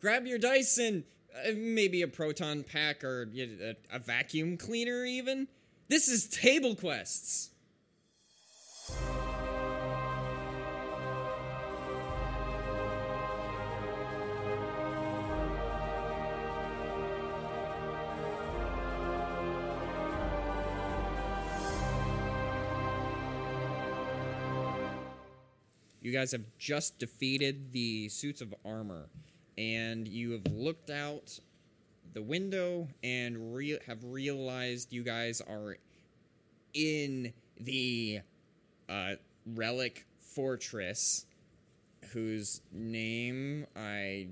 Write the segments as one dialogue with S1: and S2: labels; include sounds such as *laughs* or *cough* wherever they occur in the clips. S1: grab your dice and uh, maybe a proton pack or uh, a, a vacuum cleaner, even. This is Table Quests. You guys have just defeated the suits of armor, and you have looked out the window and re- have realized you guys are in the uh, relic fortress, whose name I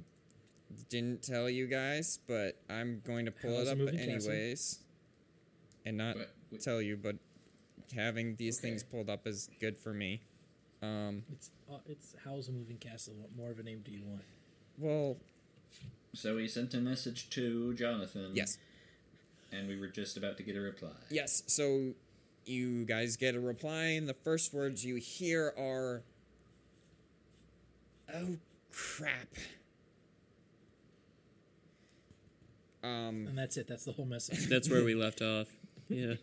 S1: didn't tell you guys, but I'm going to pull
S2: How's
S1: it
S2: the
S1: up
S2: movie
S1: anyways,
S2: castle?
S1: and not
S3: But we-
S1: tell you. But having these
S3: Okay.
S1: things pulled up is good for me. Um,
S2: It's uh, it's how's a moving castle? What more of a name do you want?
S1: well,
S3: So we sent a message to Jonathan.
S1: yes.
S3: And we were just about to get a reply.
S1: Yes, so you guys get a reply, and the first words you hear are, "Oh crap." Um.
S2: And that's it. That's the whole message.
S4: That's where we left off. Yeah.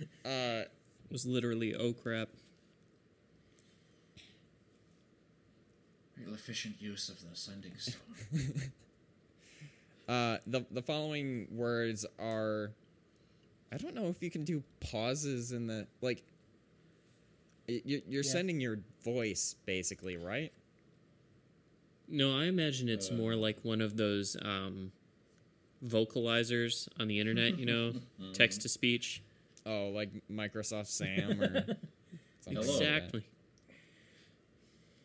S4: It
S1: Uh.
S4: was literally oh crap.
S3: Real efficient use of the sending stone.
S4: *laughs*
S1: Uh. The the following words are, I don't know if you can do pauses in the like. y- You, you're
S2: Yeah.
S1: sending your voice basically, right?
S4: No, I imagine it's
S3: Uh.
S4: more like one of those um, vocalizers on the internet, you know, text to speech.
S1: Oh, like Microsoft Sam or something. like
S3: Hello.
S1: that.
S4: Exactly.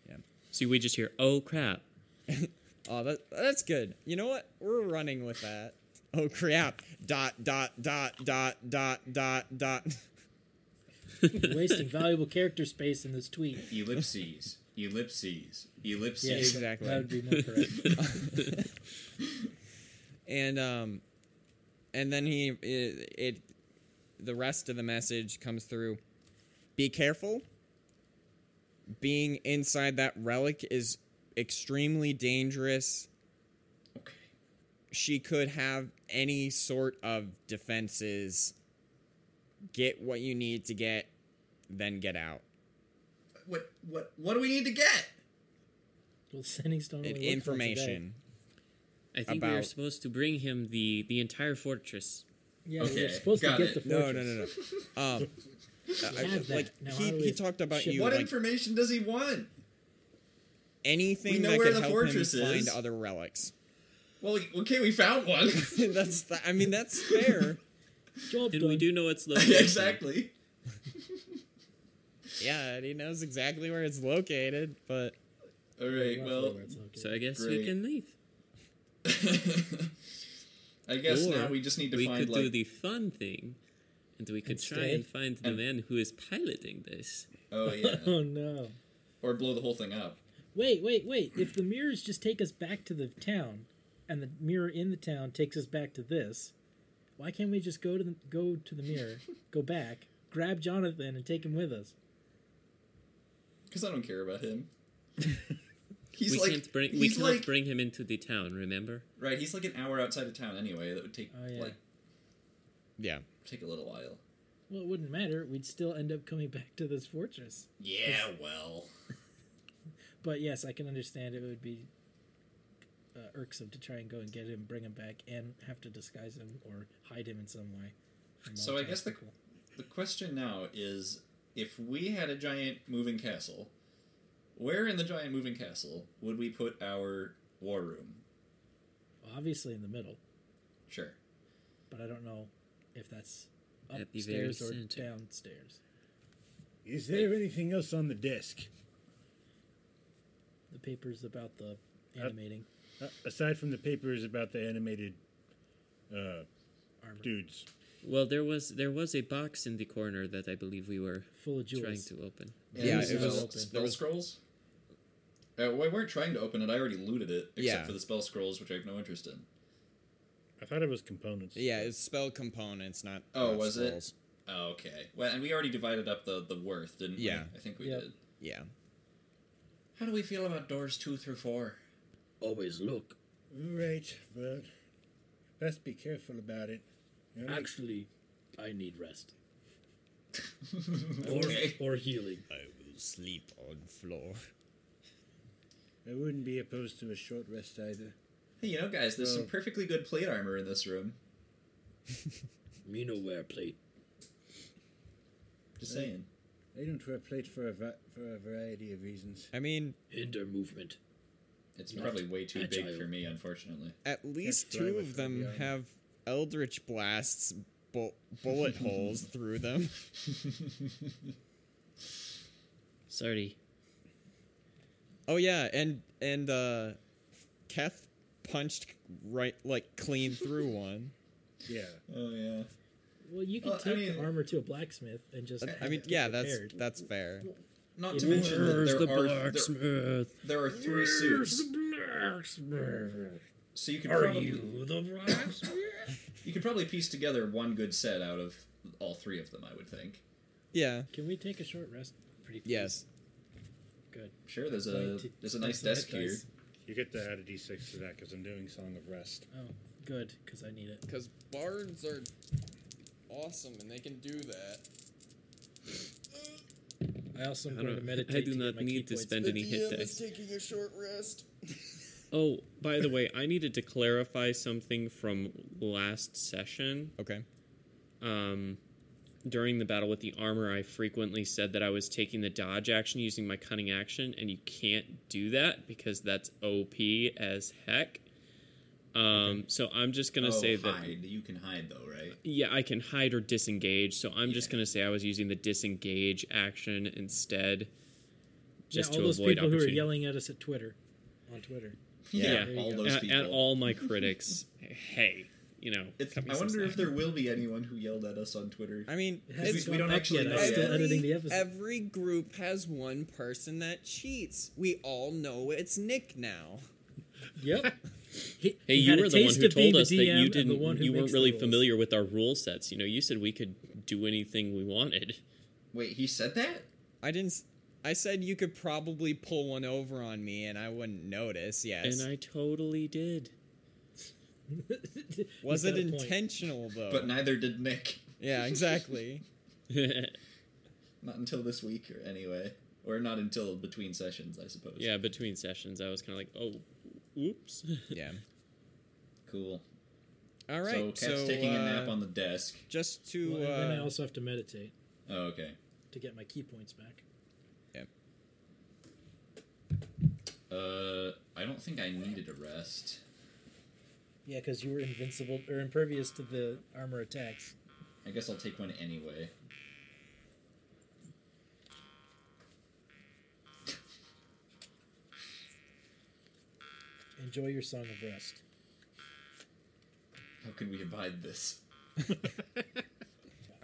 S1: Yeah.
S4: See, we just hear oh crap.
S1: Oh, that, that's good. You know what? We're running with that. Oh crap! Dot dot dot dot dot dot dot.
S2: You're *laughs* wasting valuable character space in this tweet.
S3: Ellipses. Ellipses.
S2: Yeah,
S3: Ellipses.
S1: exactly.
S2: That would be more correct.
S1: And um, and then he it, it the rest of the message comes through. Be careful. Being inside that relic is extremely dangerous.
S3: Okay.
S1: she could have any sort of defenses. Get what you need to get, then get out.
S3: What what what do we need to get?
S2: Well, sending stone only
S1: And
S2: works once a day.
S1: information.
S4: I think we were
S1: About-
S4: supposed to bring him the the entire fortress.
S2: Yeah, we
S3: Okay,
S2: were supposed to
S3: got
S2: get
S3: it.
S2: the
S1: No,
S2: fortress.
S1: no, no, no. *laughs* Um, I- I-
S2: Have that.
S1: like
S2: Now,
S1: he,
S2: how do
S1: he
S2: we
S1: talked about
S2: ship-
S1: you,
S3: What
S1: like
S3: information does he want?
S1: anything
S3: know
S1: that
S3: where
S1: could
S3: the
S1: help him
S3: fortress is.
S1: find other relics. *laughs*
S3: Well, okay, we found
S4: *laughs*
S3: one. *laughs*
S1: that's the, I mean that's fair.
S2: Job
S4: And
S2: done.
S4: we do know it's located.
S3: exactly.
S1: yeah, and he knows exactly where it's located, but
S3: All right.
S2: Roughly
S3: Well,
S2: where it's located. *laughs*
S4: So I guess
S3: Great.
S4: we can
S3: *laughs*
S4: leave.
S3: I guess
S4: Or
S3: now we just need to
S4: we
S3: find
S4: could
S3: like
S4: do the fun thing, and we could
S2: And
S4: try
S2: stay.
S4: and find the
S3: And-
S4: man who is piloting this. *laughs*
S3: oh yeah,
S2: Oh no!
S3: or blow the whole thing up.
S2: Wait, wait, wait! If the mirrors just take us back to the town, and the mirror in the town takes us back to this, why can't we just go to the go to the mirror, go back, grab Jonathan, and take him with us?
S3: Because I don't care about
S4: *laughs*
S3: him. He's
S4: we
S3: like
S4: can't bring we
S3: he's
S4: cannot
S3: like
S4: bring him into the town. Remember?
S3: right. He's like an hour outside of town anyway. That would take
S2: Oh, yeah.
S3: like
S1: yeah.
S3: take a little while.
S2: Well, it wouldn't matter. We'd still end up coming back to this fortress.
S3: Yeah. Well.
S2: But yes, I can understand it would be uh, irksome to try and go and get him, bring him back, and have to disguise him or hide him in some way. from
S3: So
S2: all
S3: I guess the-
S2: tactical.
S3: The question now is, if we had a giant moving castle, where in the giant moving castle would we put our war room?
S2: obviously in the middle,
S3: Sure.
S2: but I don't know if that's
S4: At the very
S2: upstairs or
S4: center.
S2: downstairs.
S5: Is there anything else on the desk?
S2: The papers about the animating
S5: Uh, aside from the papers about the animated uh,
S2: armor
S5: dudes.
S4: Well, there was there was a box in the corner that I believe we were
S2: full of
S4: trying
S2: jewels.
S4: to open.
S1: Yeah,
S3: And
S1: it
S3: spell-
S1: was- there
S3: spell
S1: was-
S3: scrolls. Uh, we weren't trying to open it. I already looted it, except
S1: Yeah.
S3: for the spell scrolls, which I have no interest in.
S5: I thought it was components.
S1: Yeah, it's spell components, not
S3: Oh,
S1: not
S3: was it?
S1: spells.
S3: Oh, okay. Well, and we already divided up the the worth, didn't we?
S1: Yeah.
S3: I think we
S2: Yep.
S3: did.
S1: Yeah.
S3: How do we feel about doors two through four?
S6: Always look
S5: All right, but best be careful about it. You know,
S2: Actually, I need rest
S3: *laughs* okay.
S2: or healing.
S1: I will sleep on floor.
S5: I wouldn't be opposed to a short rest either.
S3: Hey, you know, guys, there's some
S5: So-
S3: perfectly good plate armor in this room.
S2: Me no wear plate.
S3: Just
S5: Right.
S3: saying.
S5: I don't wear plate for a, va- for a variety of reasons.
S1: I mean,
S2: Hinder movement.
S3: It's
S2: Not
S3: probably way too big
S2: agile.
S3: for me, unfortunately.
S1: at least
S5: fly
S1: two
S5: with
S1: of
S5: the
S1: them
S5: armor.
S1: have eldritch blasts, bu-
S3: *laughs*
S1: bullet holes through them.
S4: Sorry.
S1: Oh yeah, and and uh, Keth punched right like clean through
S3: *laughs*
S1: one.
S5: Yeah.
S3: Oh, yeah.
S2: Well, you can
S3: Well, I
S2: take
S3: mean-
S2: the armor to a blacksmith and just.
S1: I mean,
S2: have it
S1: yeah, that's
S2: repaired.
S1: that's fair.
S3: Not
S2: It
S3: to mention that there, are, there,
S4: blacksmith?
S3: there are three suits,
S2: blacksmith?
S3: so you could probably
S2: the blacksmith?
S3: you could probably piece together one good set out of all three of them. I would think.
S1: Yeah.
S2: can we take a short rest? Pretty please?
S1: Yes.
S2: Good.
S3: Sure, there's
S2: Going
S3: a
S2: to-
S3: there's a
S2: going
S3: nice
S2: to hit
S3: desk here.
S2: dice.
S5: You get to add a d6 to that because I'm doing Song of Rest.
S2: Oh, good, because I need it.
S1: Because bards are awesome and they can do that.
S2: I also am
S4: I,
S2: going to
S4: don't,
S2: meditate.
S4: I do
S2: to get
S4: not
S2: my
S4: need
S2: key
S4: to
S2: points
S4: spend any hit dice.
S1: taking a short rest. *laughs*
S4: Oh, by the way, I needed to clarify something from last session.
S1: Okay.
S4: Um, during the battle with the armor, I frequently said that I was taking the dodge action using my cunning action, and you can't do that because that's OP as heck. Um, so I'm just gonna
S3: oh,
S4: say that
S3: hide. You can hide though, right?
S4: yeah, I can hide or disengage. So I'm just
S3: Yeah.
S4: gonna say I was using the disengage action instead, just
S2: yeah, all
S4: to
S2: those
S4: avoid
S2: people who are
S4: opportunity.
S2: yelling at us at Twitter, on Twitter. Yeah.
S4: Yeah.
S3: all
S2: There you
S3: those
S4: at,
S3: people.
S4: at
S3: *laughs*
S4: all my critics, hey, you know,
S3: It's,
S4: cut me
S3: I
S4: some
S3: wonder if
S4: slack.
S3: there will be anyone who yelled at us on Twitter.
S1: I mean,
S2: It
S3: We-
S2: hasn't
S1: it's,
S3: we
S2: gone
S3: don't
S2: up
S3: actually
S2: yet.
S3: know
S2: I'm still
S3: yet.
S2: editing the episode.
S1: every group has one person that cheats. We all know it's Nick now.
S2: Yep. He, he
S4: Hey, you
S2: had a
S4: were the one
S2: taste
S4: who
S2: of being
S4: told
S2: the
S4: us that
S2: DM
S4: you
S2: and the
S4: didn't,
S2: one who
S4: you
S2: makes
S4: weren't
S2: the
S4: really
S2: rules. *laughs*
S4: familiar with our rule sets. You know, you said we could do anything we wanted.
S3: Wait, he said that?
S1: I didn't. s- I said you could probably pull one over on me and I wouldn't notice. Yes.
S4: And I totally did. *laughs*
S2: He's
S1: Was it
S2: got a point.
S1: intentional though?
S3: But neither did Nick.
S1: yeah, exactly.
S3: Not until this week, or anyway, or not until between sessions, I suppose.
S4: yeah, between sessions, I was kind of like, oh, oops.
S1: yeah.
S3: *laughs* Cool.
S1: All right.
S3: so Cat's
S1: so,
S3: taking a
S1: uh,
S3: nap on the desk.
S1: just to
S2: Well, and then I
S1: uh,
S2: also have to meditate
S3: Oh, okay.
S2: to get my key points back.
S3: Uh, I don't think I needed a rest.
S2: Yeah, because you were invincible or impervious to the armor attacks.
S3: I guess I'll take one anyway.
S2: Enjoy your song of rest.
S3: How can we abide this?
S1: all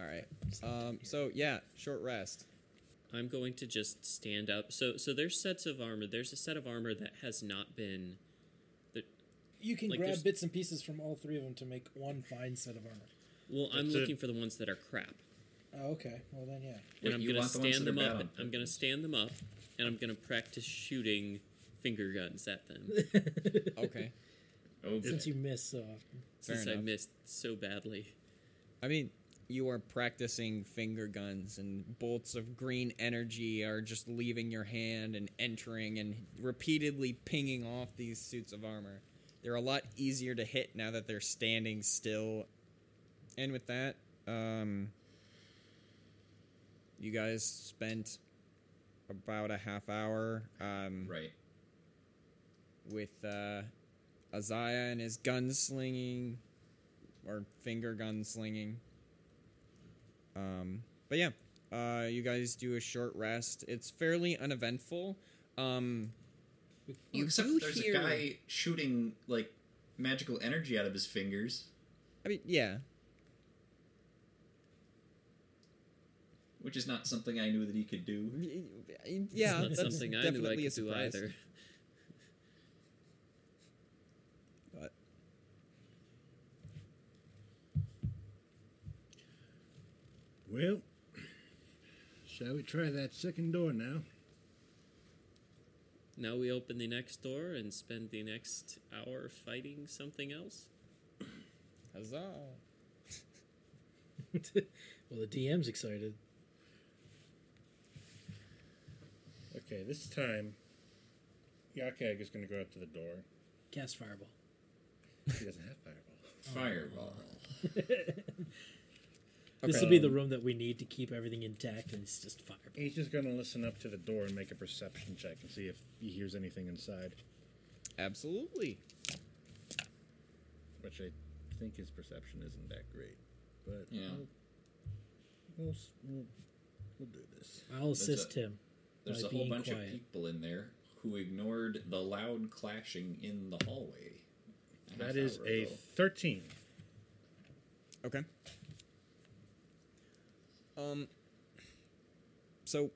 S1: right. Um, so yeah, short rest.
S4: *laughs* I'm going to just stand up. So, so there's sets of armor. There's a set of armor that has not been.
S2: You can
S4: Like,
S2: grab
S4: there's-
S2: bits and pieces from all three of them to make one fine set of armor.
S4: Well, I'm
S5: That's it.
S4: looking for the ones that are crap,
S2: Oh, okay. Well then, yeah.
S3: Wait,
S4: and I'm
S3: you
S4: gonna
S3: want the ones
S4: stand
S3: that are
S4: them
S3: bad
S4: up.
S3: on
S4: I'm gonna
S3: purpose?
S4: stand them up, and I'm gonna practice shooting finger guns at them *laughs*
S1: Okay.
S3: Oh,
S2: Since you miss uh, so often.
S1: Fair
S4: since I
S1: enough.
S4: missed so badly.
S1: I mean, you are practicing finger guns, and bolts of green energy are just leaving your hand and entering and repeatedly pinging off these suits of armor. They're a lot easier to hit now that they're standing still. And with that, um, you guys spent about a half hour um,
S3: right.
S1: with uh, Isaiah and his gunslinging or finger gunslinging. Um, but yeah, uh, you guys do a short rest. It's fairly uneventful. Um,
S3: Well,
S1: you
S3: except
S1: do
S3: there's
S1: hear-
S3: a guy shooting like magical energy out of his fingers,
S1: I mean, yeah,
S3: which is not something I knew that he could do.
S1: Y- y- yeah.
S4: it's not
S1: that's
S4: something I knew I
S1: definitely a
S4: could do
S1: surprise.
S4: either.
S1: But
S5: Well, shall we try that second door now?
S4: Now we open the next door and spend the next hour fighting something else.
S1: Huzzah!
S2: *laughs* well, the DM's excited.
S5: Okay, this time, Yakag is going to go out to the door.
S2: Cast fireball.
S5: He doesn't have fireball.
S3: Fireball.
S2: This will be
S4: um,
S2: the room that we need to keep everything intact, and it's just fireball.
S5: He's just going to listen up to the door and make a perception check and see if he hears anything inside,
S1: Absolutely.
S5: which I think his perception isn't that great. But
S3: Yeah.
S5: we'll, we'll, s- we'll, we'll do this.
S2: I'll assist
S3: it.
S2: him.
S3: There's
S2: By
S3: a whole
S2: being
S3: bunch
S2: quiet.
S3: of people in there who ignored the loud clashing in the hallway.
S5: That
S3: Half
S5: is
S3: hour
S5: a
S3: ago.
S5: 13.
S1: Okay. Um. So,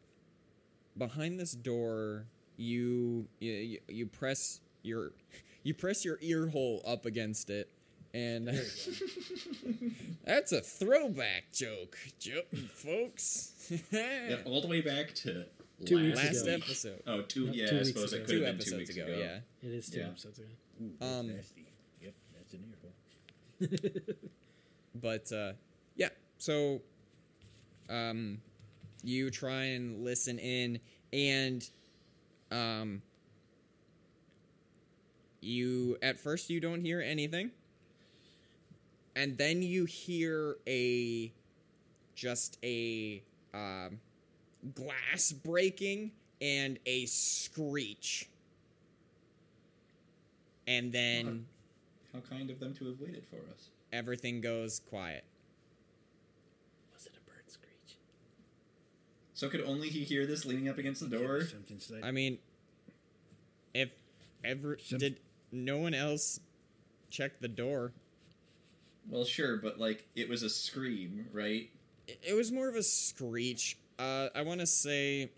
S1: behind this door, you you, you press your *laughs* you press your ear hole up against it, and *laughs* that's a throwback joke, joke folks. *laughs*
S3: Yeah, all the way back to
S2: Two
S3: last,
S2: weeks
S1: Last
S2: ago.
S3: week.
S1: episode,
S3: Oh, two.
S2: No,
S3: yeah,
S2: two
S3: I
S2: weeks
S3: suppose
S2: ago.
S3: it could
S1: two
S3: have been two
S1: episodes
S3: weeks
S1: ago,
S3: ago.
S1: Yeah.
S2: It is two
S3: Yeah.
S2: episodes ago.
S5: Ooh,
S1: Um,
S5: that's nasty. Yep, that's an earful.
S1: but uh, yeah so um, you try and listen in and um, you at first you don't hear anything and then you hear a just a um, glass breaking and a screech and then
S3: How kind of them to have waited for us.
S1: everything goes quiet
S2: Was it a bird screech?
S3: So could only he hear this leaning up against the door?
S5: Something slight.
S1: I mean, if ever
S5: Some-
S1: did no one else check the door?
S3: Well, sure, but like it was a scream, right?
S1: It, it was more of a screech. Uh, I want to say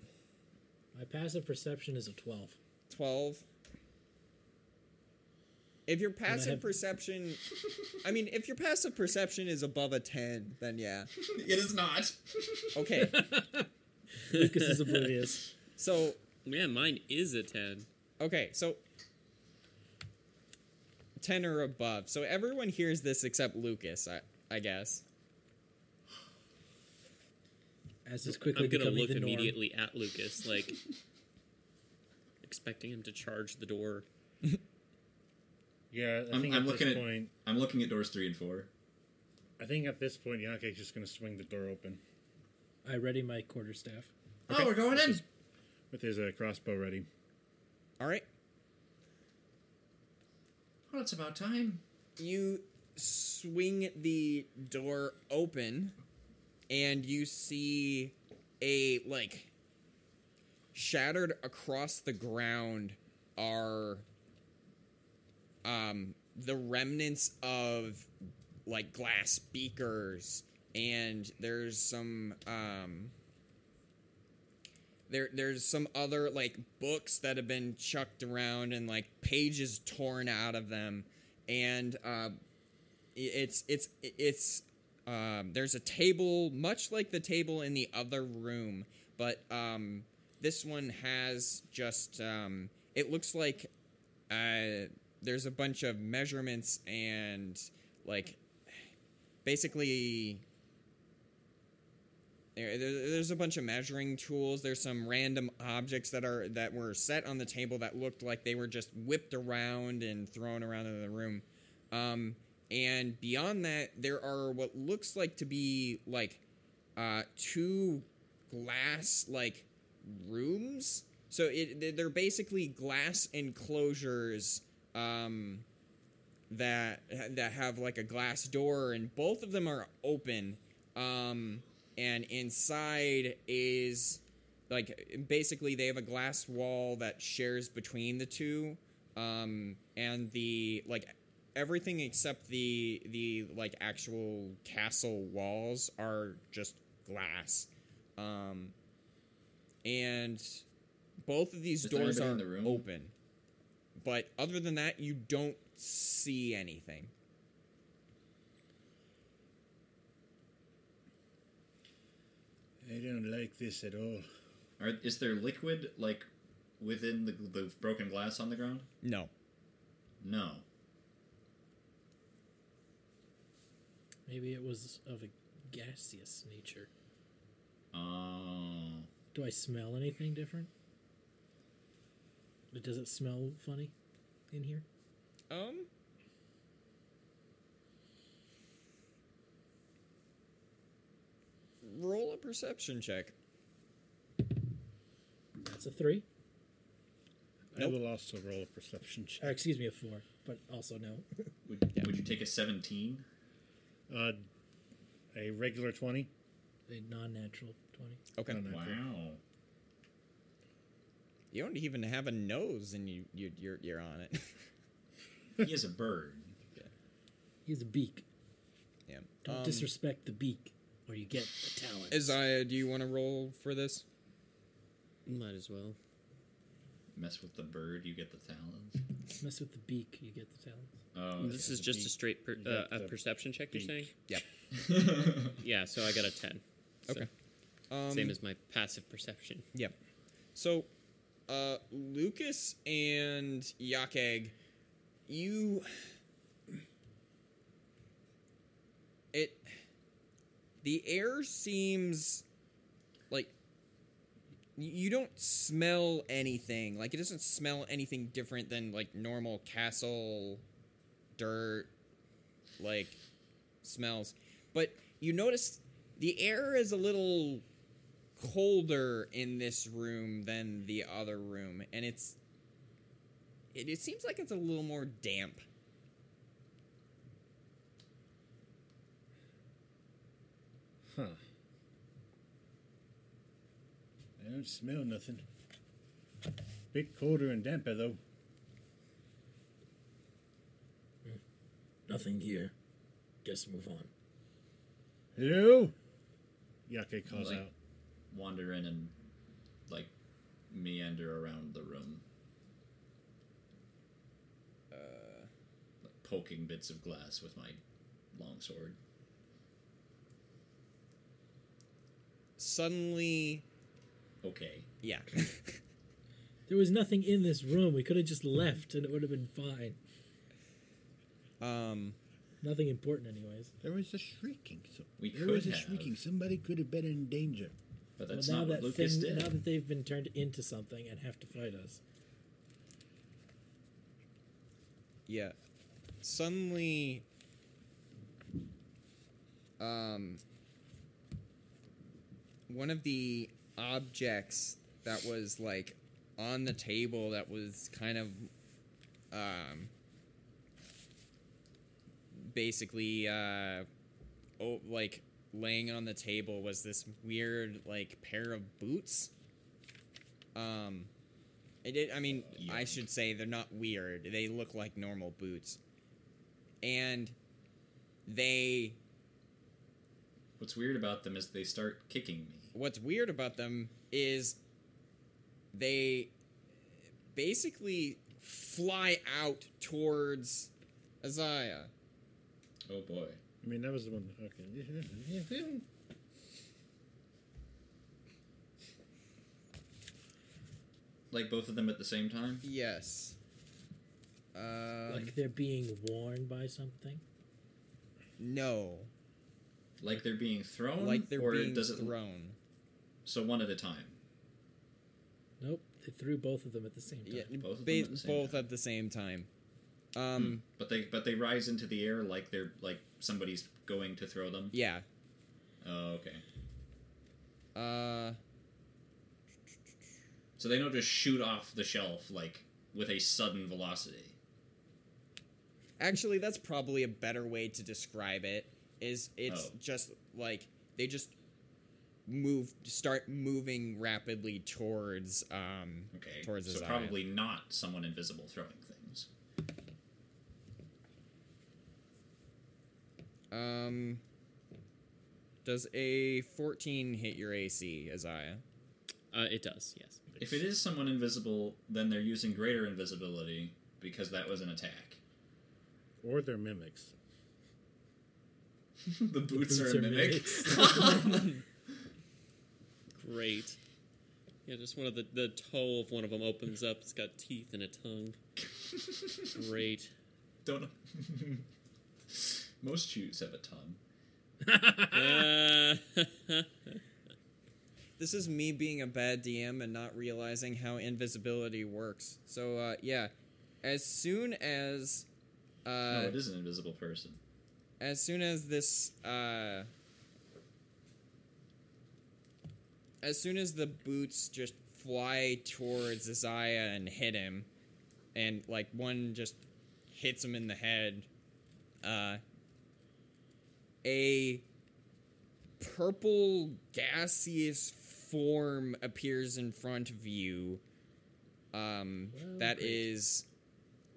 S2: My passive perception is a twelve.
S1: twelve. If your passive
S2: have-
S1: perception, I mean, if your passive perception is above a ten, then yeah,
S3: it is not.
S1: okay.
S2: Lucas is
S4: *laughs*
S2: oblivious.
S1: so
S4: Man, mine is a 10.
S1: Okay, so 10 or above. So everyone hears this except Lucas, I, I guess.
S2: As is quickly
S4: I'm going to
S2: becoming
S4: look
S2: the norm.
S4: immediately at Lucas, like expecting him to charge the door.
S5: yeah, I
S3: I'm-
S5: think
S3: I'm
S5: at
S3: looking
S5: this
S3: at-
S5: point,
S3: I'm looking at doors three and four.
S5: I think at this point, Yakag's just going to swing the door open
S2: I ready my quarterstaff.
S3: Oh, we're going in.
S5: with his uh, crossbow ready.
S1: All right.
S3: Well, it's about time.
S1: you swing the door open and you see a like shattered across the ground are um the remnants of like glass beakers and there's some um there there's some other like books that have been chucked around and like pages torn out of them and uh, i- it's it's it's um, there's a table much like the table in the other room but um, this one has just um, it looks like uh, there's a bunch of measurements and like basically there, there- there's a bunch of measuring tools. There's some random objects that are that were set on the table that looked like they were just whipped around and thrown around in the room. Um, and beyond that, there are what looks like to be like uh, two glass like rooms. So it they- they're basically glass enclosures. Um, that that have like a glass door and both of them are open um and inside is like basically they have a glass wall that shares between the two um and the like everything except the the like actual castle walls are just glass um and both of these
S3: Is there
S1: doors are
S3: anybody in the room?
S1: open but other than that you don't see anything
S5: I don't like this at all.
S3: Are, is there liquid like within the, the broken glass on the ground?
S1: No.
S3: No.
S2: Maybe it was of a gaseous nature.
S3: Oh.
S2: Do I smell anything different? But does it smell funny in here?
S1: Um. Roll a perception check.
S2: That's a three.
S1: Nope.
S5: I will also roll a perception
S2: Or
S5: check.
S2: Uh, excuse me, a four. But also no.
S3: Would,
S1: Yeah.
S3: would you take a 17?
S5: Uh, a regular 20.
S2: a non-natural twenty.
S1: Okay.
S5: No, no.
S3: Wow.
S1: *laughs* You don't even have a nose, and you you you're you're on it. *laughs*
S3: he is a bird.
S2: He has a beak.
S1: yeah.
S2: Don't
S1: Um,
S2: disrespect the beak, or you get the talent.
S1: Isaiah, do you want to roll for this?
S4: Might as well.
S3: Mess with the bird, you get the talents.
S2: Mess with the beak, you get the talent.
S3: Oh.
S4: this
S5: yeah,
S4: is
S5: the
S4: just a
S5: beak.
S4: straight per,
S5: You got
S4: uh, a
S5: the
S4: perception check.
S5: beak.
S4: You're saying?
S3: okay.
S4: Yeah. So I got a ten. So,
S1: Okay. Um,
S4: Same as my passive perception.
S1: Yep. So, uh, Lucas and Yakeg, you. It. The air seems like. y- You don't smell anything. Like, it doesn't smell anything different than, like, normal castle dirt, like, smells. But you notice the air is a little colder in this room than the other room, and it's it, it seems like it's a little more damp.
S5: Huh. I don't smell nothing. Bit colder and damper, though.
S2: Nothing here. Just move on.
S5: Hello? Yake calls
S3: Like-
S5: out.
S3: Wander in and, like, meander around the room,
S1: Uh,
S3: like, poking bits of glass with my long sword.
S1: suddenly,
S3: Okay.
S1: yeah, *laughs*
S2: There was nothing in this room. We could have just left, and it would have been fine.
S1: um,
S2: Nothing important, anyways.
S5: There was a shrieking. So
S3: We
S5: there
S3: could
S5: was a
S3: have.
S5: shrieking. Somebody could have been in danger.
S3: But that's
S2: well,
S3: not
S2: now
S3: what
S2: that
S3: Lucas
S2: thing,
S3: did.
S2: now that they've been turned into something and have to fight us,
S1: yeah, suddenly, um, one of the objects that was like on the table that was kind of, um, basically uh oh like laying on the table was this weird like pair of boots um it, did i mean i
S3: Yuck.
S1: should say they're not weird they look like normal boots and they
S3: What's weird about them is they start kicking me.
S1: what's weird about them is they basically fly out towards Isaiah.
S3: Oh boy.
S5: I mean, that was the one. Okay.
S3: Like both of them at the same time?
S1: Yes. Um,
S2: like they're being warned by something.
S1: no,
S3: Like they're being thrown?
S1: like they're
S3: or
S1: being
S3: does it
S1: thrown.
S3: So one at a time.
S2: Nope, they threw both of them at the same time.
S1: Yeah,
S3: Both of
S1: ba-
S3: them at the same
S1: both
S3: time.
S1: at the same time. Um,
S3: But they but they rise into the air like they're like somebody's going to throw them.
S1: yeah.
S3: Oh, okay.
S1: Uh,
S3: So they don't just shoot off the shelf like with a sudden velocity.
S1: actually, that's probably a better way to describe it. Is it's
S3: Oh.
S1: just like they just move, start moving rapidly towards um,
S3: Okay.
S1: Towards
S3: so
S1: Isaiah.
S3: probably not someone invisible throwing things.
S1: Um, does a 14 hit your AC, Isaiah?
S4: Uh, it does. Yes.
S3: If it is someone invisible, then they're using greater invisibility because that was an attack. *laughs*
S5: Or they're mimics.
S3: the boots,
S2: boots
S3: are, a
S2: are
S3: mimic.
S2: mimics.
S4: Great. Yeah, just one of the the toe of one of them opens up. It's got teeth and a tongue. Great.
S3: *laughs* Don't. Most shoes have a tongue.
S4: Uh, *laughs*
S1: This is me being a bad DM and not realizing how invisibility works. So uh, yeah, as soon as uh,
S3: No, it is an invisible person.
S1: as soon as this uh as soon as the boots just fly towards Isaiah and hit him and like one just hits him in the head uh a purple gaseous form appears in front of you um
S2: Well,
S1: that
S2: great.
S1: is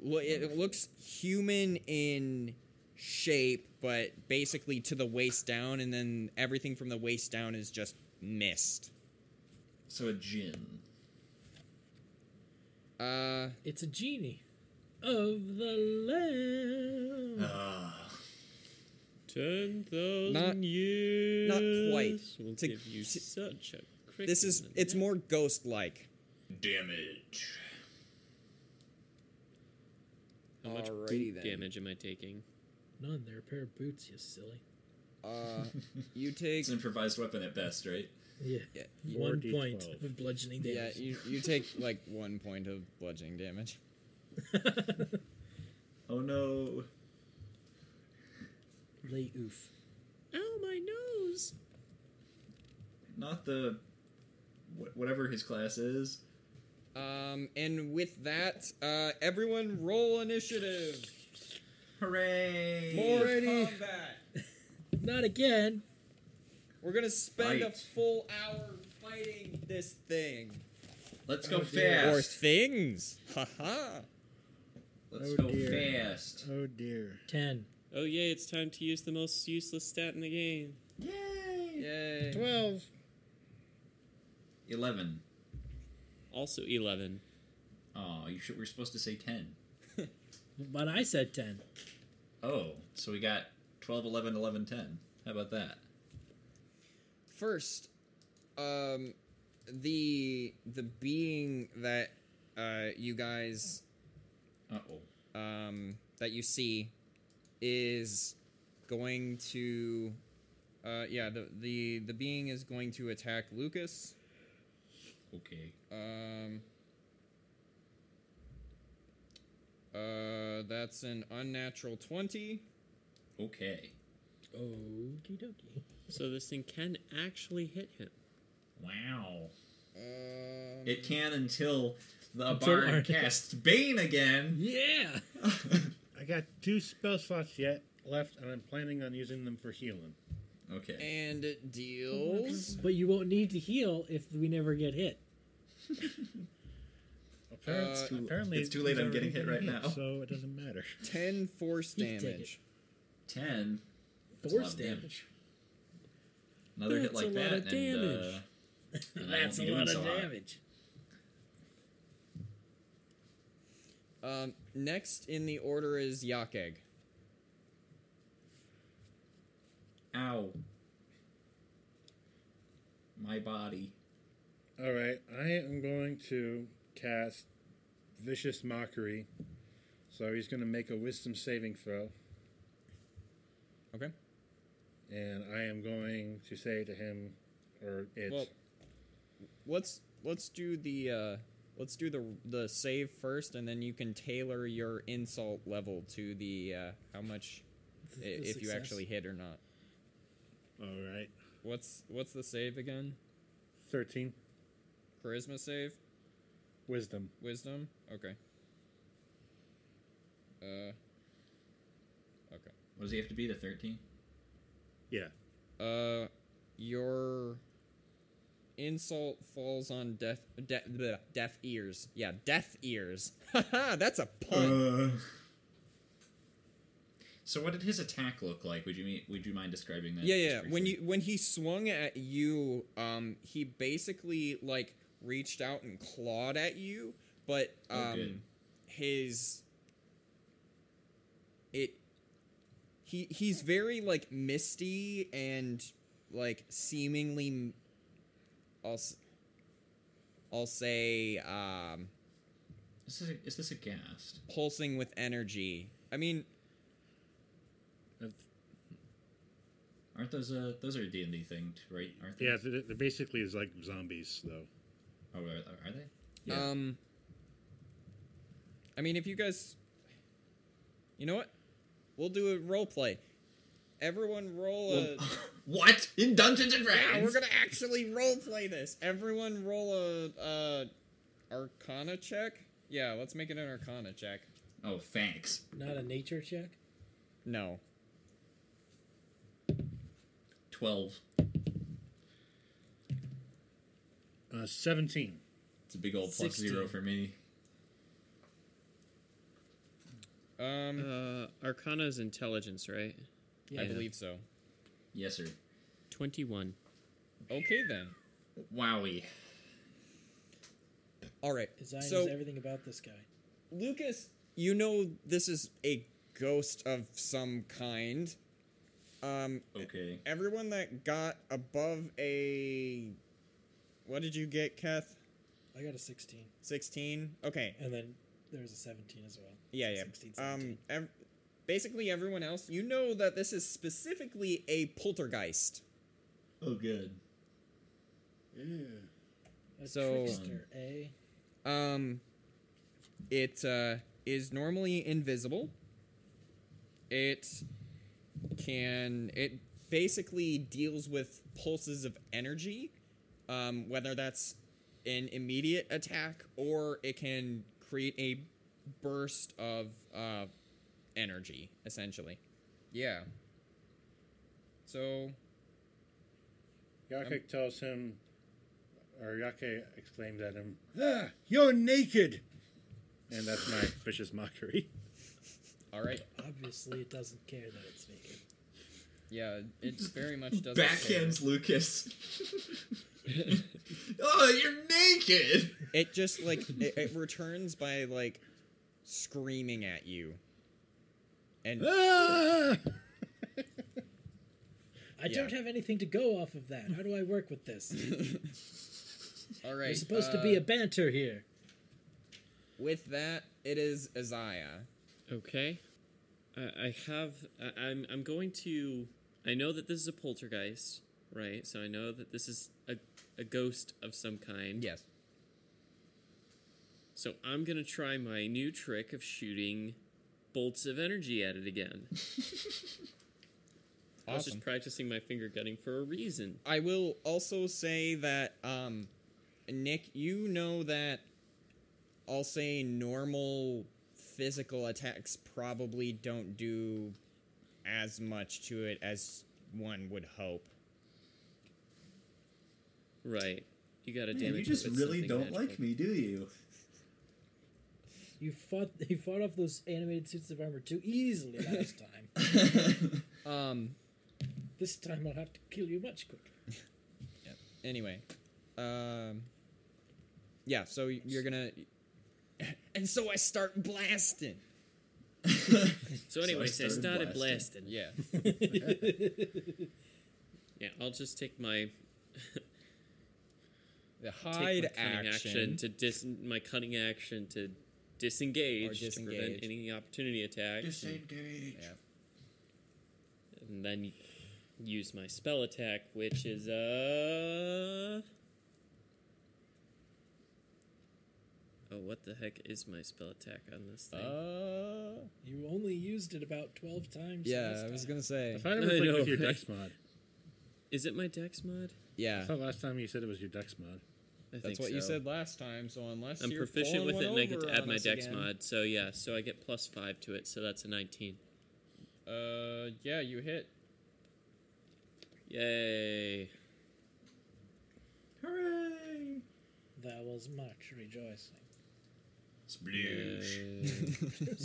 S1: lo- it it looks human in shape, but basically to the waist down, and then everything from the waist down is just mist.
S3: So a gin.
S1: Uh,
S2: It's a genie of the lamp.
S3: Ah.
S4: Ten thousand
S1: Not-
S4: years.
S1: quite.
S4: Will
S1: To-
S4: give you
S1: to-
S4: such a. crick
S1: this is
S4: in the
S1: it's
S4: neck.
S1: more ghost like.
S3: Damage.
S4: How much
S1: Alrighty
S4: boot
S1: then.
S4: damage am I taking?
S2: None. They're a pair of boots. You silly.
S4: *laughs*
S1: Uh, you take
S3: It's an improvised weapon at best, right?
S2: Yeah.
S1: yeah, you-
S2: One
S5: 4d12.
S2: point of bludgeoning
S1: yeah
S2: damage.
S1: you, you take like one point of bludgeoning damage.
S3: Oh no.
S2: Lay oof.
S4: Ow, my nose!
S3: Not the. wh- Whatever his class is.
S1: Um, and with that, uh, everyone roll initiative.
S3: Hooray!
S1: More
S2: Alrighty.
S1: combat.
S2: Not again.
S1: We're gonna spend a
S3: Fight.
S1: full hour fighting this thing
S3: Let's go
S2: Oh, dear.
S1: or
S3: fast!
S1: things. Haha.
S3: Let's
S5: Oh,
S3: go
S5: dear.
S3: fast!
S5: Oh dear.
S2: Ten.
S4: Oh yay! It's time to use the most useless stat in the game.
S3: Yay!
S1: Yay.
S5: Twelve.
S3: 11.
S4: Also eleven.
S3: Oh, you should, we're supposed to say 10.
S2: But I said ten.
S3: Oh, so we got 12, 11, 11, 10. How about that?
S1: First, um, the the being that uh, you guys
S3: Uh oh.
S1: um, that you see is going to uh, yeah the, the the being is going to attack Lucas.
S3: Okay.
S1: Um, uh, that's an unnatural twenty.
S3: Okay.
S2: Okie dokie.
S4: So this thing can actually hit him.
S3: Wow.
S1: Um,
S3: It can until the
S2: Until
S3: bard
S2: our-
S3: casts Bane again.
S2: Yeah.
S5: I got two spell slots yet left, and I'm planning on using them for healing.
S3: okay.
S1: and it deals.
S2: But you won't need to heal if we never get hit.
S3: Uh,
S5: Apparently,
S1: It's
S3: too-
S5: apparently
S3: it's too late.
S5: he's
S3: I'm getting
S5: already
S3: hit right
S5: been
S3: now.
S5: so it doesn't matter.
S1: 10 force
S2: You take
S1: damage.
S3: 10. That's a lot
S2: Force
S3: of
S2: damage.
S3: Another
S4: That's
S3: hit like
S4: a lot
S3: that.
S4: of
S3: and,
S4: damage.
S3: uh, and *laughs* I won't be doing so hot.
S1: Um, next in the order is Yakeg.
S3: Ow. My body.
S5: All right, I am going to cast vicious mockery. So he's going to make a wisdom saving throw,
S1: Okay.
S5: and I am going to say to him, or it.
S1: Well, let's let's do the uh, let's do the the save first, and then you can tailor your insult level to the uh, how much i
S2: The- the
S1: if you
S2: success.
S1: actually hit or not.
S5: all right,
S1: What's what's the save again?
S5: thirteen
S1: Charisma save,
S5: wisdom.
S1: wisdom. Okay. Uh. Okay.
S3: What does he have to be to 13?
S5: Yeah.
S1: Uh, your insult falls on deaf de- bleh, deaf ears. Yeah, deaf ears. *laughs* Haha, that's a pun.
S3: Uh, so what did his attack look like? Would you mean, would you mind describing that?
S1: yeah,
S3: just
S1: yeah. When
S3: briefly?
S1: you when he swung at you, um, he basically like reached out and clawed at you, but um,
S3: Oh, good.
S1: his it he he's very like misty and like seemingly I'll s- I'll say um,
S3: Is this a, is this a ghast?
S1: pulsing with energy. I mean,
S3: Aren't those uh those are D and D thing, right? Aren't they?
S5: Yeah, they're, they're basically is like zombies though.
S3: Oh, are, are they? Yeah.
S1: um, I mean, if you guys, you know what, we'll do a role play. Everyone roll a.
S3: what in Dungeons and Dragons?
S1: *laughs* Yeah, we're
S4: *laughs*
S1: gonna actually role play this. Everyone roll a uh, Arcana check. Yeah, let's make it an Arcana check.
S3: Oh, thanks.
S2: Not a nature check.
S1: No,
S3: Twelve.
S5: Uh, Seventeen.
S3: It's a big old plus
S2: 16.
S3: zero for me.
S1: um,
S4: Uh, Arcana is intelligence, right?
S1: I
S4: yeah.
S1: believe so.
S3: Yes, sir.
S4: Twenty-one.
S1: Okay then.
S3: Wowie.
S1: All right.
S2: Because I
S1: so
S2: knows everything about this guy.
S1: Lucas, you know this is a ghost of some kind. Um,
S3: Okay.
S1: everyone that got above a, what did you get, Keth?
S2: I got a 16,
S1: Sixteen. Okay.
S2: and then there's a 17 as well.
S1: Yeah, yeah.
S2: 16,
S1: um,
S2: 17.
S1: ev- basically everyone else, you know that this is specifically a poltergeist.
S3: Oh, good.
S2: A
S1: so-
S2: trickster, eh?
S1: Um, it uh, is normally invisible. It can it basically deals with pulses of energy, um, whether that's an immediate attack or it can create a burst of uh, energy, essentially. Yeah. So
S5: Yake tells him, or Yake exclaims at him, "Ah, you're naked!" And that's *laughs* my vicious mockery.
S1: all right,
S2: Obviously, it doesn't care that it's naked.
S1: yeah, it's very much does
S3: Backhands *laughs* Lucas. oh, you're *laughs* naked.
S1: it just like it, it returns by like screaming at you and
S5: Ah!
S2: I
S1: Yeah.
S2: don't have anything to go off of that. How do I work
S1: *laughs*
S2: with this?
S1: all right
S2: There's supposed to be
S1: uh,
S2: a banter here.
S1: with that it is isaiah
S4: Okay. I, I have. I, I'm. I'm going to. I know that this is a poltergeist, right? So I know that this is a, a ghost of some kind.
S1: yes
S4: So I'm gonna try my new trick of shooting bolts of energy at it again.
S3: *laughs*
S4: I was
S1: awesome
S4: just practicing my finger gutting for a reason.
S1: i will also say that um nick you know that i'll say normal physical attacks probably don't do as much to it as one would hope
S4: Right. You gotta
S3: Man,
S4: damage.
S3: you
S4: it
S3: just
S4: with
S3: really
S4: something
S3: don't like
S4: magical.
S3: me, do you?
S2: You fought. *laughs* You fought off those animated suits of armor too easily last time.
S1: um
S2: This time, I'll have to kill you much quicker.
S1: anyway um yeah so you're gonna *laughs* and so i start blasting
S4: So, anyways, I started, blasting. *laughs*
S1: yeah
S4: Yeah, I'll just take my
S1: the
S4: take
S1: hide
S4: my cunning
S1: action,
S4: action to dis my cunning action to disengage, to
S1: disengage.
S4: prevent any opportunity attacks. and-
S3: Disengage.
S1: Yeah.
S4: and then use my spell attack, which is uh oh, what the heck is my spell attack on this thing?
S1: uh
S2: You only used it about twelve times.
S1: yeah
S2: last
S1: i was
S2: time.
S1: gonna say
S5: I thought it
S4: I
S5: was like
S4: know,
S5: with your
S4: right?
S5: Dex mod.
S4: is it my Dex mod?
S5: I
S1: yeah
S5: thought last time you said it was your Dex mod.
S4: I think
S1: that's what you
S4: so.
S1: said last time so unless
S4: I'm
S1: you're
S4: proficient
S1: pulling
S4: with it, and
S1: one
S4: I get
S1: over
S4: to add
S1: on
S4: my
S1: us
S4: Dex
S1: again-
S4: mod. So yeah, so I get plus five to it, so that's a nineteen.
S1: uh yeah you hit
S4: *laughs* Yay!
S3: Hooray!
S2: That was much rejoicing. *laughs*
S3: Sploosh.
S4: Yay.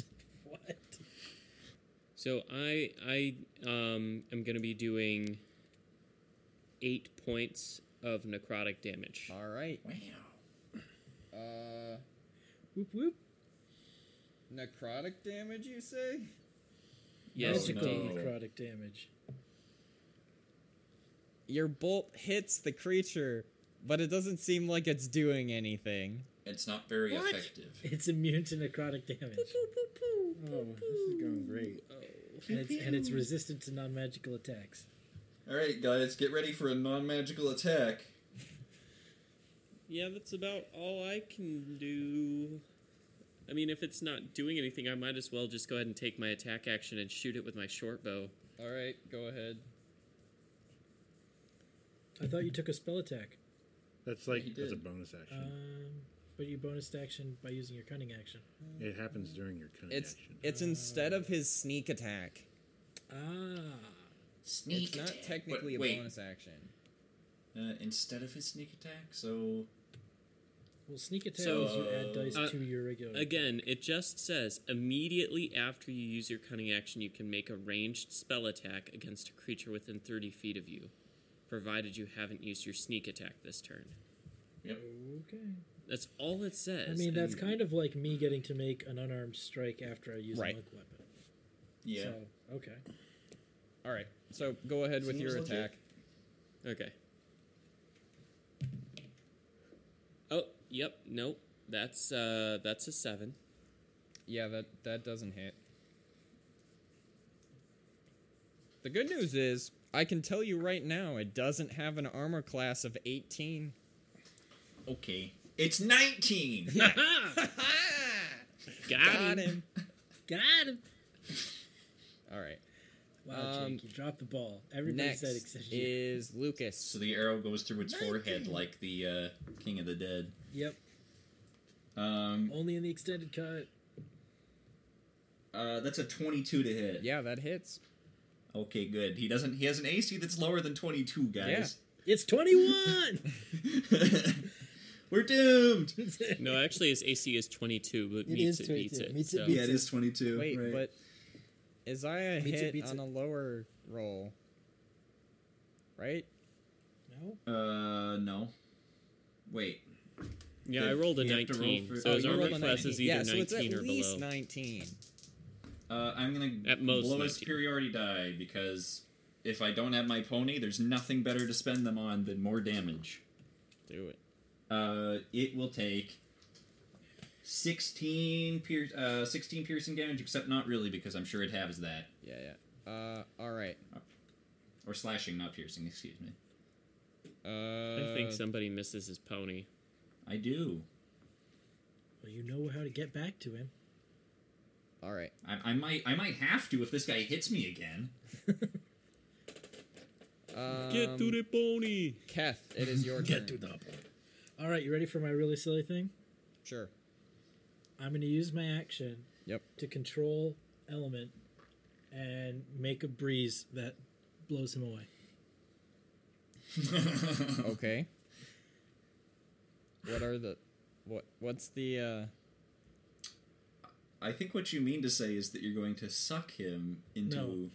S2: what?
S4: so I I um am gonna be doing eight points of necrotic damage.
S1: all right
S3: Wow.
S1: uh
S2: Whoop whoop.
S1: necrotic damage you say
S4: Yes,
S1: oh,
S2: Magical
S4: indeed.
S3: no.
S2: necrotic damage.
S1: your bolt hits the creature but it doesn't seem like it's doing anything.
S3: It's not very
S4: What?
S3: effective.
S2: It's immune to necrotic *laughs* damage,
S5: Oh, this is going great.
S2: and it's, and it's resistant to non-magical attacks.
S3: All right, guys, get ready for a non-magical attack.
S4: Yeah, that's about all I can do. I mean, if it's not doing anything, I might as well just go ahead and take my attack action and shoot it with my short bow.
S1: All right, go ahead.
S2: I thought you took a spell attack,
S5: That's like
S3: He
S5: that's a
S3: did.
S5: bonus
S1: Uh,
S5: action.
S2: um, but you bonus action by using your cunning action.
S5: it happens during your cunning
S1: It's
S5: action.
S1: it's instead of his sneak attack.
S2: Ah,
S3: Sneak
S1: it's not
S3: attack.
S1: technically
S3: But wait,
S1: a bonus action.
S3: Uh, instead of his sneak attack, so
S2: well, sneak attack
S4: So,
S2: is you add dice
S4: uh,
S2: to your regular.
S4: Again, it just says immediately after you use your cunning action, you can make a ranged spell attack against a creature within 30 feet of you, provided you haven't used your sneak attack this turn.
S2: Okay.
S4: That's all it says.
S2: I mean, that's
S4: and
S2: kind of like me getting to make an unarmed strike after I use
S1: Right.
S2: a monk weapon.
S3: yeah.
S2: So, okay.
S1: All right, so go ahead with
S3: Seems
S1: your
S3: legit.
S1: attack.
S4: Okay. Oh, yep. Nope. That's uh, that's a seven.
S1: Yeah, that that doesn't hit. The good news is I can tell you right now it doesn't have an armor class of 18.
S3: Okay.
S1: *laughs*
S3: It's 19!
S4: Got,
S1: Got
S4: him.
S1: him.
S2: Got him.
S1: All right.
S2: Wow,
S1: Um,
S2: Jake, you dropped the ball. Everybody
S1: Next
S2: said except you.
S1: is Lucas.
S3: so the arrow goes through its forehead
S2: 19.
S3: like the uh, King of the Dead.
S2: Yep.
S3: Um,
S2: Only in the extended cut.
S3: uh, that's a 22 to hit.
S1: yeah, that hits.
S3: Okay, good. He doesn't. He has an AC that's lower than 22, guys.
S2: It's 21!
S1: *laughs*
S3: *laughs* We're doomed.
S4: No, actually, his AC is 22, but
S2: It is
S4: meets it beats
S2: 22.
S4: it.
S2: Meets it
S4: so.
S2: beats
S3: Yeah, it is 22.
S1: Wait,
S3: right.
S1: but Isaiah
S2: Beats it,
S1: hit
S2: beats
S1: on
S2: it.
S1: a lower roll. Right?
S2: no?
S3: uh, no. Wait.
S4: Yeah, I rolled a
S3: You have to roll
S4: 19,
S3: for-
S4: so
S3: Oh,
S4: his
S3: you
S4: armor
S3: rolled a
S4: class is
S3: 19.
S4: either
S1: yeah, so
S4: 19
S1: it's at
S4: or
S1: least
S4: below.
S1: 19.
S3: Uh, I'm gonna
S4: At most
S3: blow a
S4: 19.
S3: superiority die because if I don't have my pony, there's nothing better to spend them on than more damage.
S1: Do it.
S3: Uh, it will take sixteen pier- uh, sixteen piercing damage, except not really because I'm sure it has that
S1: Yeah, yeah. Uh, all right.
S3: or slashing, not piercing. Excuse me.
S1: Uh,
S4: I think somebody misses his pony.
S3: I do.
S2: Well, you know how to get back to him.
S1: All right.
S3: I, I might. I might have to if this guy hits me again. *laughs*
S1: Um,
S4: Get to the pony!
S1: Keth, it is
S3: *laughs*
S1: your turn.
S2: the ball. All right, you ready for my really silly thing?
S1: Sure.
S2: I'm going to use my action
S1: Yep.
S2: to control element and make a breeze that blows him away.
S1: Okay. what are the what what's the uh
S3: I think what you mean to say is that you're going to suck him into.
S2: No.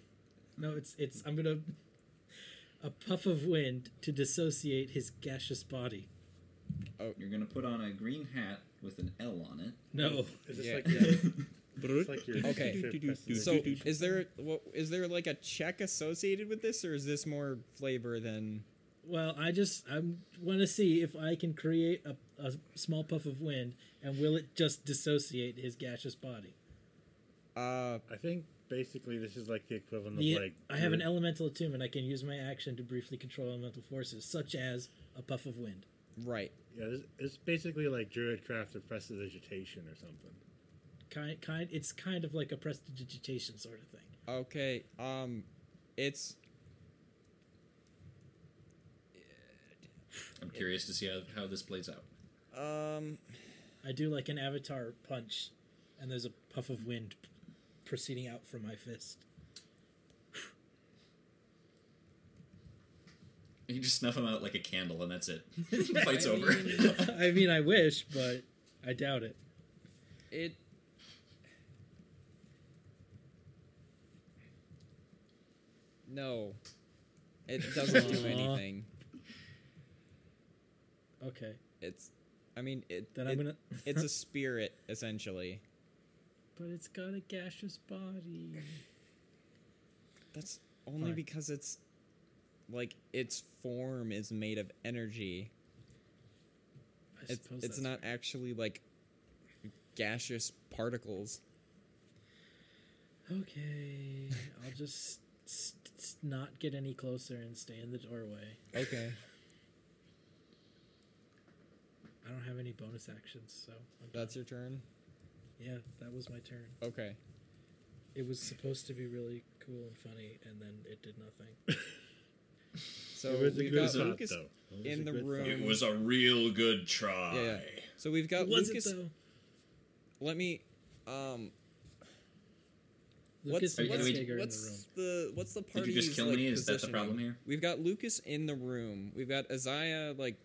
S2: No, it's it's I'm gonna a puff of wind to dissociate his gaseous body.
S3: You're going to put on a green hat with an L on it.
S2: No,
S5: Is this
S1: Yeah,
S5: like,
S1: yeah.
S5: it's like your
S1: Okay.
S5: fifth best
S1: so
S5: edition?
S1: is there what is there like a check associated with this or is this more flavor than
S2: well, I just I want to see if I can create a, a small puff of wind, and will it just dissociate his gaseous body?
S1: uh
S5: I think basically this is like the equivalent
S2: The-
S5: of like
S2: I have an
S5: your-
S2: elemental attunement. I can use my action to briefly control elemental forces, such as a puff of wind.
S1: right.
S5: Yeah, it's, it's basically like druidcraft or prestidigitation or something.
S2: Kind, kind. It's kind of like a prestidigitation sort of thing.
S1: Okay. Um it's
S3: *laughs* I'm curious to see how, how this plays out.
S1: um
S2: I do like an avatar punch, and there's a puff of wind p- proceeding out from my fist.
S3: You just snuff him out like a candle, and that's it. *laughs* Fight's over.
S2: I mean, I wish, but I doubt it.
S1: it No. It doesn't do
S2: Aw.
S1: anything.
S2: Okay,
S1: It's I mean it,
S2: then
S1: it
S2: I'm gonna.
S1: it's
S2: *laughs*
S1: a spirit essentially.
S2: but it's got a gaseous body.
S1: That's only
S2: Fine.
S1: because it's like its form is made of energy.
S2: I
S1: It's,
S2: suppose
S1: it's
S2: that's
S1: not actually like gaseous particles.
S2: Okay, I'll just s- s- not get any closer and stay in the doorway.
S1: Okay.
S2: I don't have any bonus actions, so I'm
S1: That's your turn?
S2: yeah. That was my turn.
S1: Okay.
S2: It was supposed to be really cool and funny, and then it did nothing.
S1: Uh, So
S5: It was a
S1: we've
S5: good
S1: got
S5: thought,
S1: Lucas
S5: though. It was
S1: in
S5: a
S1: the
S5: good
S1: room.
S3: *laughs* It was a real good try.
S1: Yeah, yeah. So we've got
S2: was
S1: Lucas.
S2: it though?
S1: Let me. Um.
S2: Lucas
S1: what's
S2: and
S3: Are
S1: what's,
S3: you-
S2: Bigger in the room.
S1: what's the what's the
S3: Did
S1: party?
S3: you just kill me? Is that the problem here?
S1: We've got Lucas in the room. We've got Isaiah like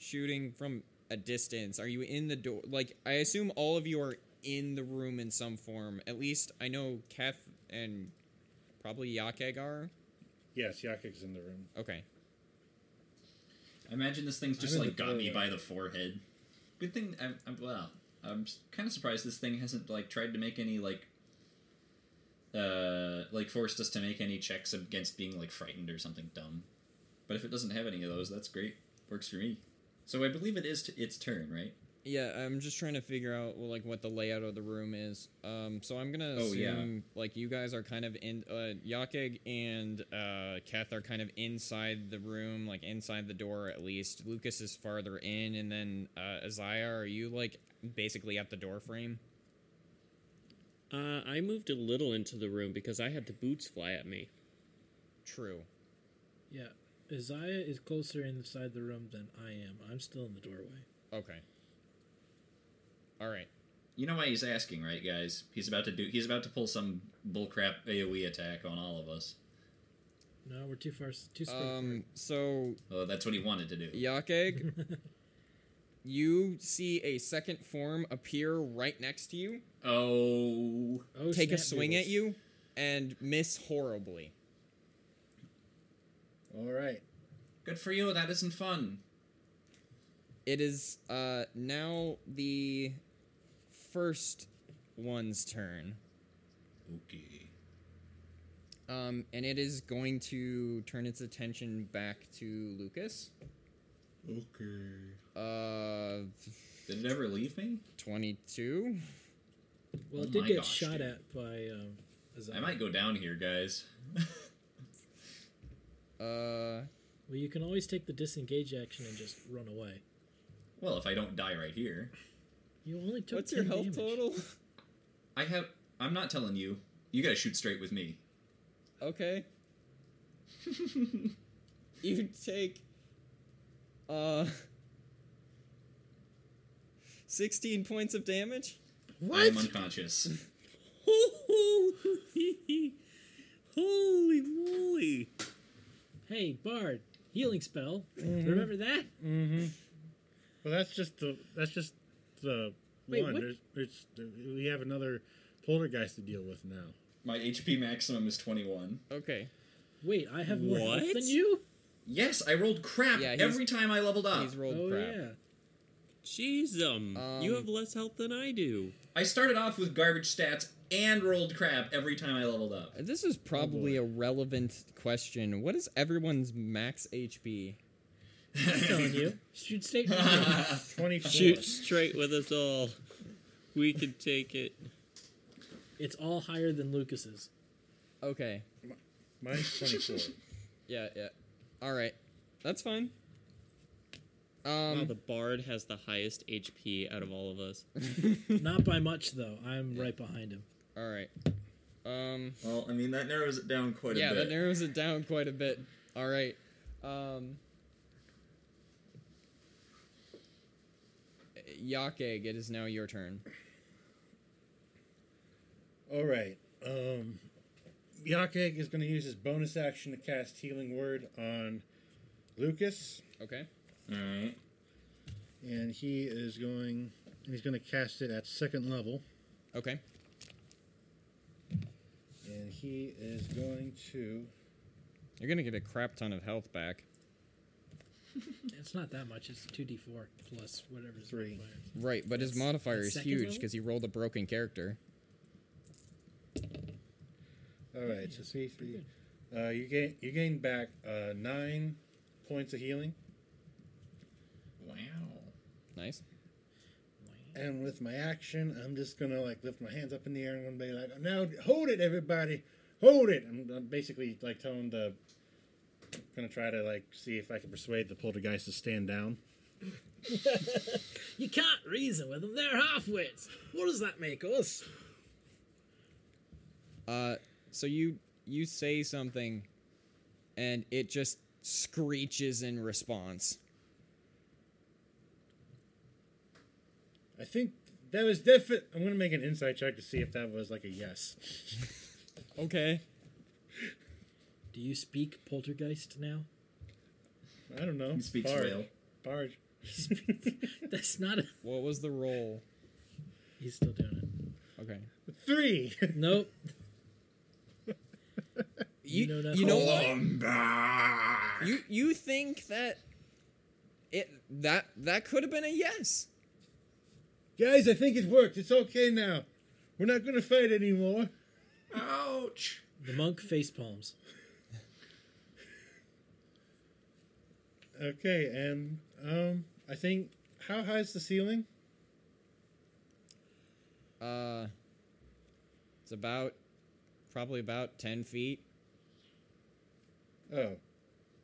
S1: shooting from a distance. Are you in the door? Like I assume all of you are in the room in some form. At least I know Kath and probably Yakeg are.
S5: Yes, Yakek's in the room.
S1: Okay.
S3: I imagine this thing's just
S2: I'm in
S3: like
S2: the
S3: got me
S2: doorway.
S3: by the forehead. Good thing I'm, I'm well. I'm kind of surprised this thing hasn't like tried to make any like uh like forced us to make any checks against being like frightened or something dumb. But if it doesn't have any of those, that's great. Works for me. So I believe it is t- its turn, right?
S1: Yeah, I'm just trying to figure out well, like what the layout of the room is. Um, so I'm gonna
S3: Oh, yeah.
S1: assume like you guys are kind of in. Uh, Yakeg and uh, Keth are kind of inside the room, like inside the door at least. Lucas is farther in, and then uh, Isaiah, are you like basically at the door frame?
S4: Uh, I moved a little into the room because I had the boots fly at me.
S1: True.
S2: Yeah, Isaiah is closer inside the room than I am. I'm still in the doorway.
S1: Okay. All right.
S3: You know why he's asking, right, guys? He's about to do. He's about to pull some bullcrap AOE attack on all of us.
S2: No, we're too far, s- too far.
S1: Um. So
S3: Oh, that's what he wanted to do.
S1: Yakeg,
S3: *laughs*
S1: you see a second form appear right next to you.
S3: Oh,
S2: oh,
S1: take a
S2: snap
S1: swing at
S2: noodles.
S1: you and miss horribly.
S5: All right.
S3: good for you. That isn't fun.
S1: It is uh, now the first one's turn,
S3: Okay.
S1: um, and it is going to turn its attention back to Lucas.
S3: Okay.
S1: Uh,
S3: Did it ever leave me?
S1: twenty-two.
S2: Well, it
S3: Oh
S2: did
S3: my
S2: get
S3: gosh,
S2: shot
S3: dude.
S2: at by um, Isaiah.
S3: I might go down here, guys. *laughs*
S1: Uh,
S2: Well, you can always take the disengage action and just run away.
S3: well, if I don't die right here,
S2: You only took
S1: what's your
S2: 10
S1: health
S2: damage.
S1: total? *laughs*
S3: I have. I'm not telling you. You gotta shoot straight with me.
S1: okay, *laughs* you take uh sixteen points of damage.
S3: I am unconscious. *laughs*
S4: Holy, *laughs* holy moly!
S2: Hey, Bard, healing spell.
S1: Mm-hmm.
S2: Remember that?
S5: Well, that's just the that's just the
S2: Wait,
S5: one.
S2: what?
S5: There's, there's, we have another poltergeist to deal with now.
S3: My HP maximum is 21.
S1: Okay,
S2: Wait, I have more health
S4: What?
S2: than you.
S3: Yes, I rolled crap
S1: Yeah, he's-
S3: every time I leveled up.
S1: he's rolled
S2: oh
S1: crap.
S2: yeah.
S4: Jeez, um,
S1: Um,
S4: you have less health than I do.
S3: I started off with garbage stats and rolled crap every time I leveled up.
S1: This is probably a relevant question. What is everyone's max HP?
S2: I'm
S3: *laughs*
S2: telling you, shoot state.
S5: Twenty four.
S4: Shoot straight with us all. We can take it.
S2: it's all higher than Lucas's.
S1: Okay.
S5: Mine's twenty four.
S1: Yeah, yeah. All right. That's fine.
S4: wow,
S1: Um
S4: the bard has the highest HP out of all of us.
S2: Not by much though. I'm right behind him.
S1: all right. Um
S3: well, I mean, that narrows it down quite
S1: yeah,
S3: a bit.
S1: that narrows it down quite a bit. All right. Um Yakeg, it is now your turn.
S5: All right. Um, Yakeg is going to use his bonus action to cast Healing Word on Lucas,
S1: Okay.
S3: Alright.
S5: and he is going. and He's going to cast it at second level,
S1: Okay.
S5: and he is going to.
S1: You're gonna get a crap ton of health back.
S2: It's not that much. It's two d four plus whatever's
S5: Three.
S2: required.
S1: Right, but his
S2: That's-
S1: modifier
S2: that's
S1: is
S2: second
S1: huge
S2: level?
S1: because he rolled a broken character.
S5: All right, so
S2: that's
S5: three,
S2: pretty
S5: three. Uh, you gain you gain back uh, nine points of healing,
S3: Wow.
S1: nice.
S5: And with my action, I'm just gonna like lift my hands up in the air and I'm gonna be like, "Now hold it, everybody, hold it!" I'm, I'm basically like telling the, gonna try to like see if I can persuade the poltergeist to stand down.
S2: You can't reason with them. They're half-wits. What does that make us?
S1: Uh, so you you say something, and it just screeches in response.
S5: I think that was definite. I'm gonna make an insight check to see if that was like a yes.
S1: Okay.
S2: Do you speak poltergeist
S3: *laughs*
S2: now?
S5: I don't know.
S3: He speaks
S5: Barge.
S3: whale.
S5: Barge.
S2: That's not a...
S1: What was the roll?
S2: He's still doing
S1: Okay.
S5: *laughs* Three. *laughs*
S2: it. Nope.
S1: You,
S2: know
S1: you,
S2: nothing.
S1: know what? You you think that it that that could have been a yes.
S5: Guys, I think it worked. It's okay now. We're not gonna fight anymore.
S3: Ouch!
S2: The monk face palms.
S5: Okay, and um, I think how high is the ceiling?
S1: Uh, it's about probably about ten feet.
S5: Oh,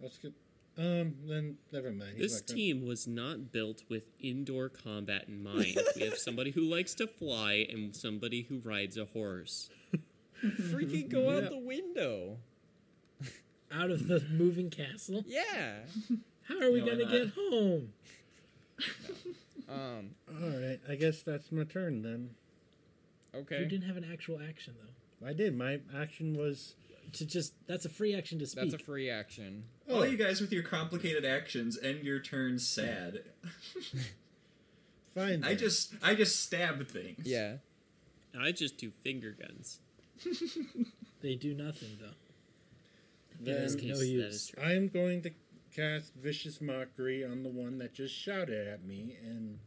S5: let's get. Um, then never mind. He's
S4: This
S5: not gonna-
S4: team was not built with indoor combat in mind. we have somebody who likes to fly and somebody who rides a horse.
S1: Freaking go
S5: Yeah.
S1: out the window.
S2: Out
S1: *laughs*
S2: of the moving castle.
S1: Yeah.
S2: How are we
S3: No,
S2: gonna
S3: not.
S2: get home?
S1: Um.
S5: All right, I guess that's my turn then.
S2: You
S1: Okay.
S2: didn't have an actual action though.
S5: I did. My action was.
S2: To just that's a free action to speak.
S1: That's a free action.
S5: Oh,
S3: All you guys with your complicated actions end your turn sad.
S5: fine.
S3: I
S5: then.
S3: just I just stab things.
S1: Yeah.
S4: I just do finger guns.
S2: they do nothing though.
S5: Then
S2: There's no
S4: that
S2: use.
S4: is true.
S5: I'm going to cast vicious mockery on the one that just shouted at me, and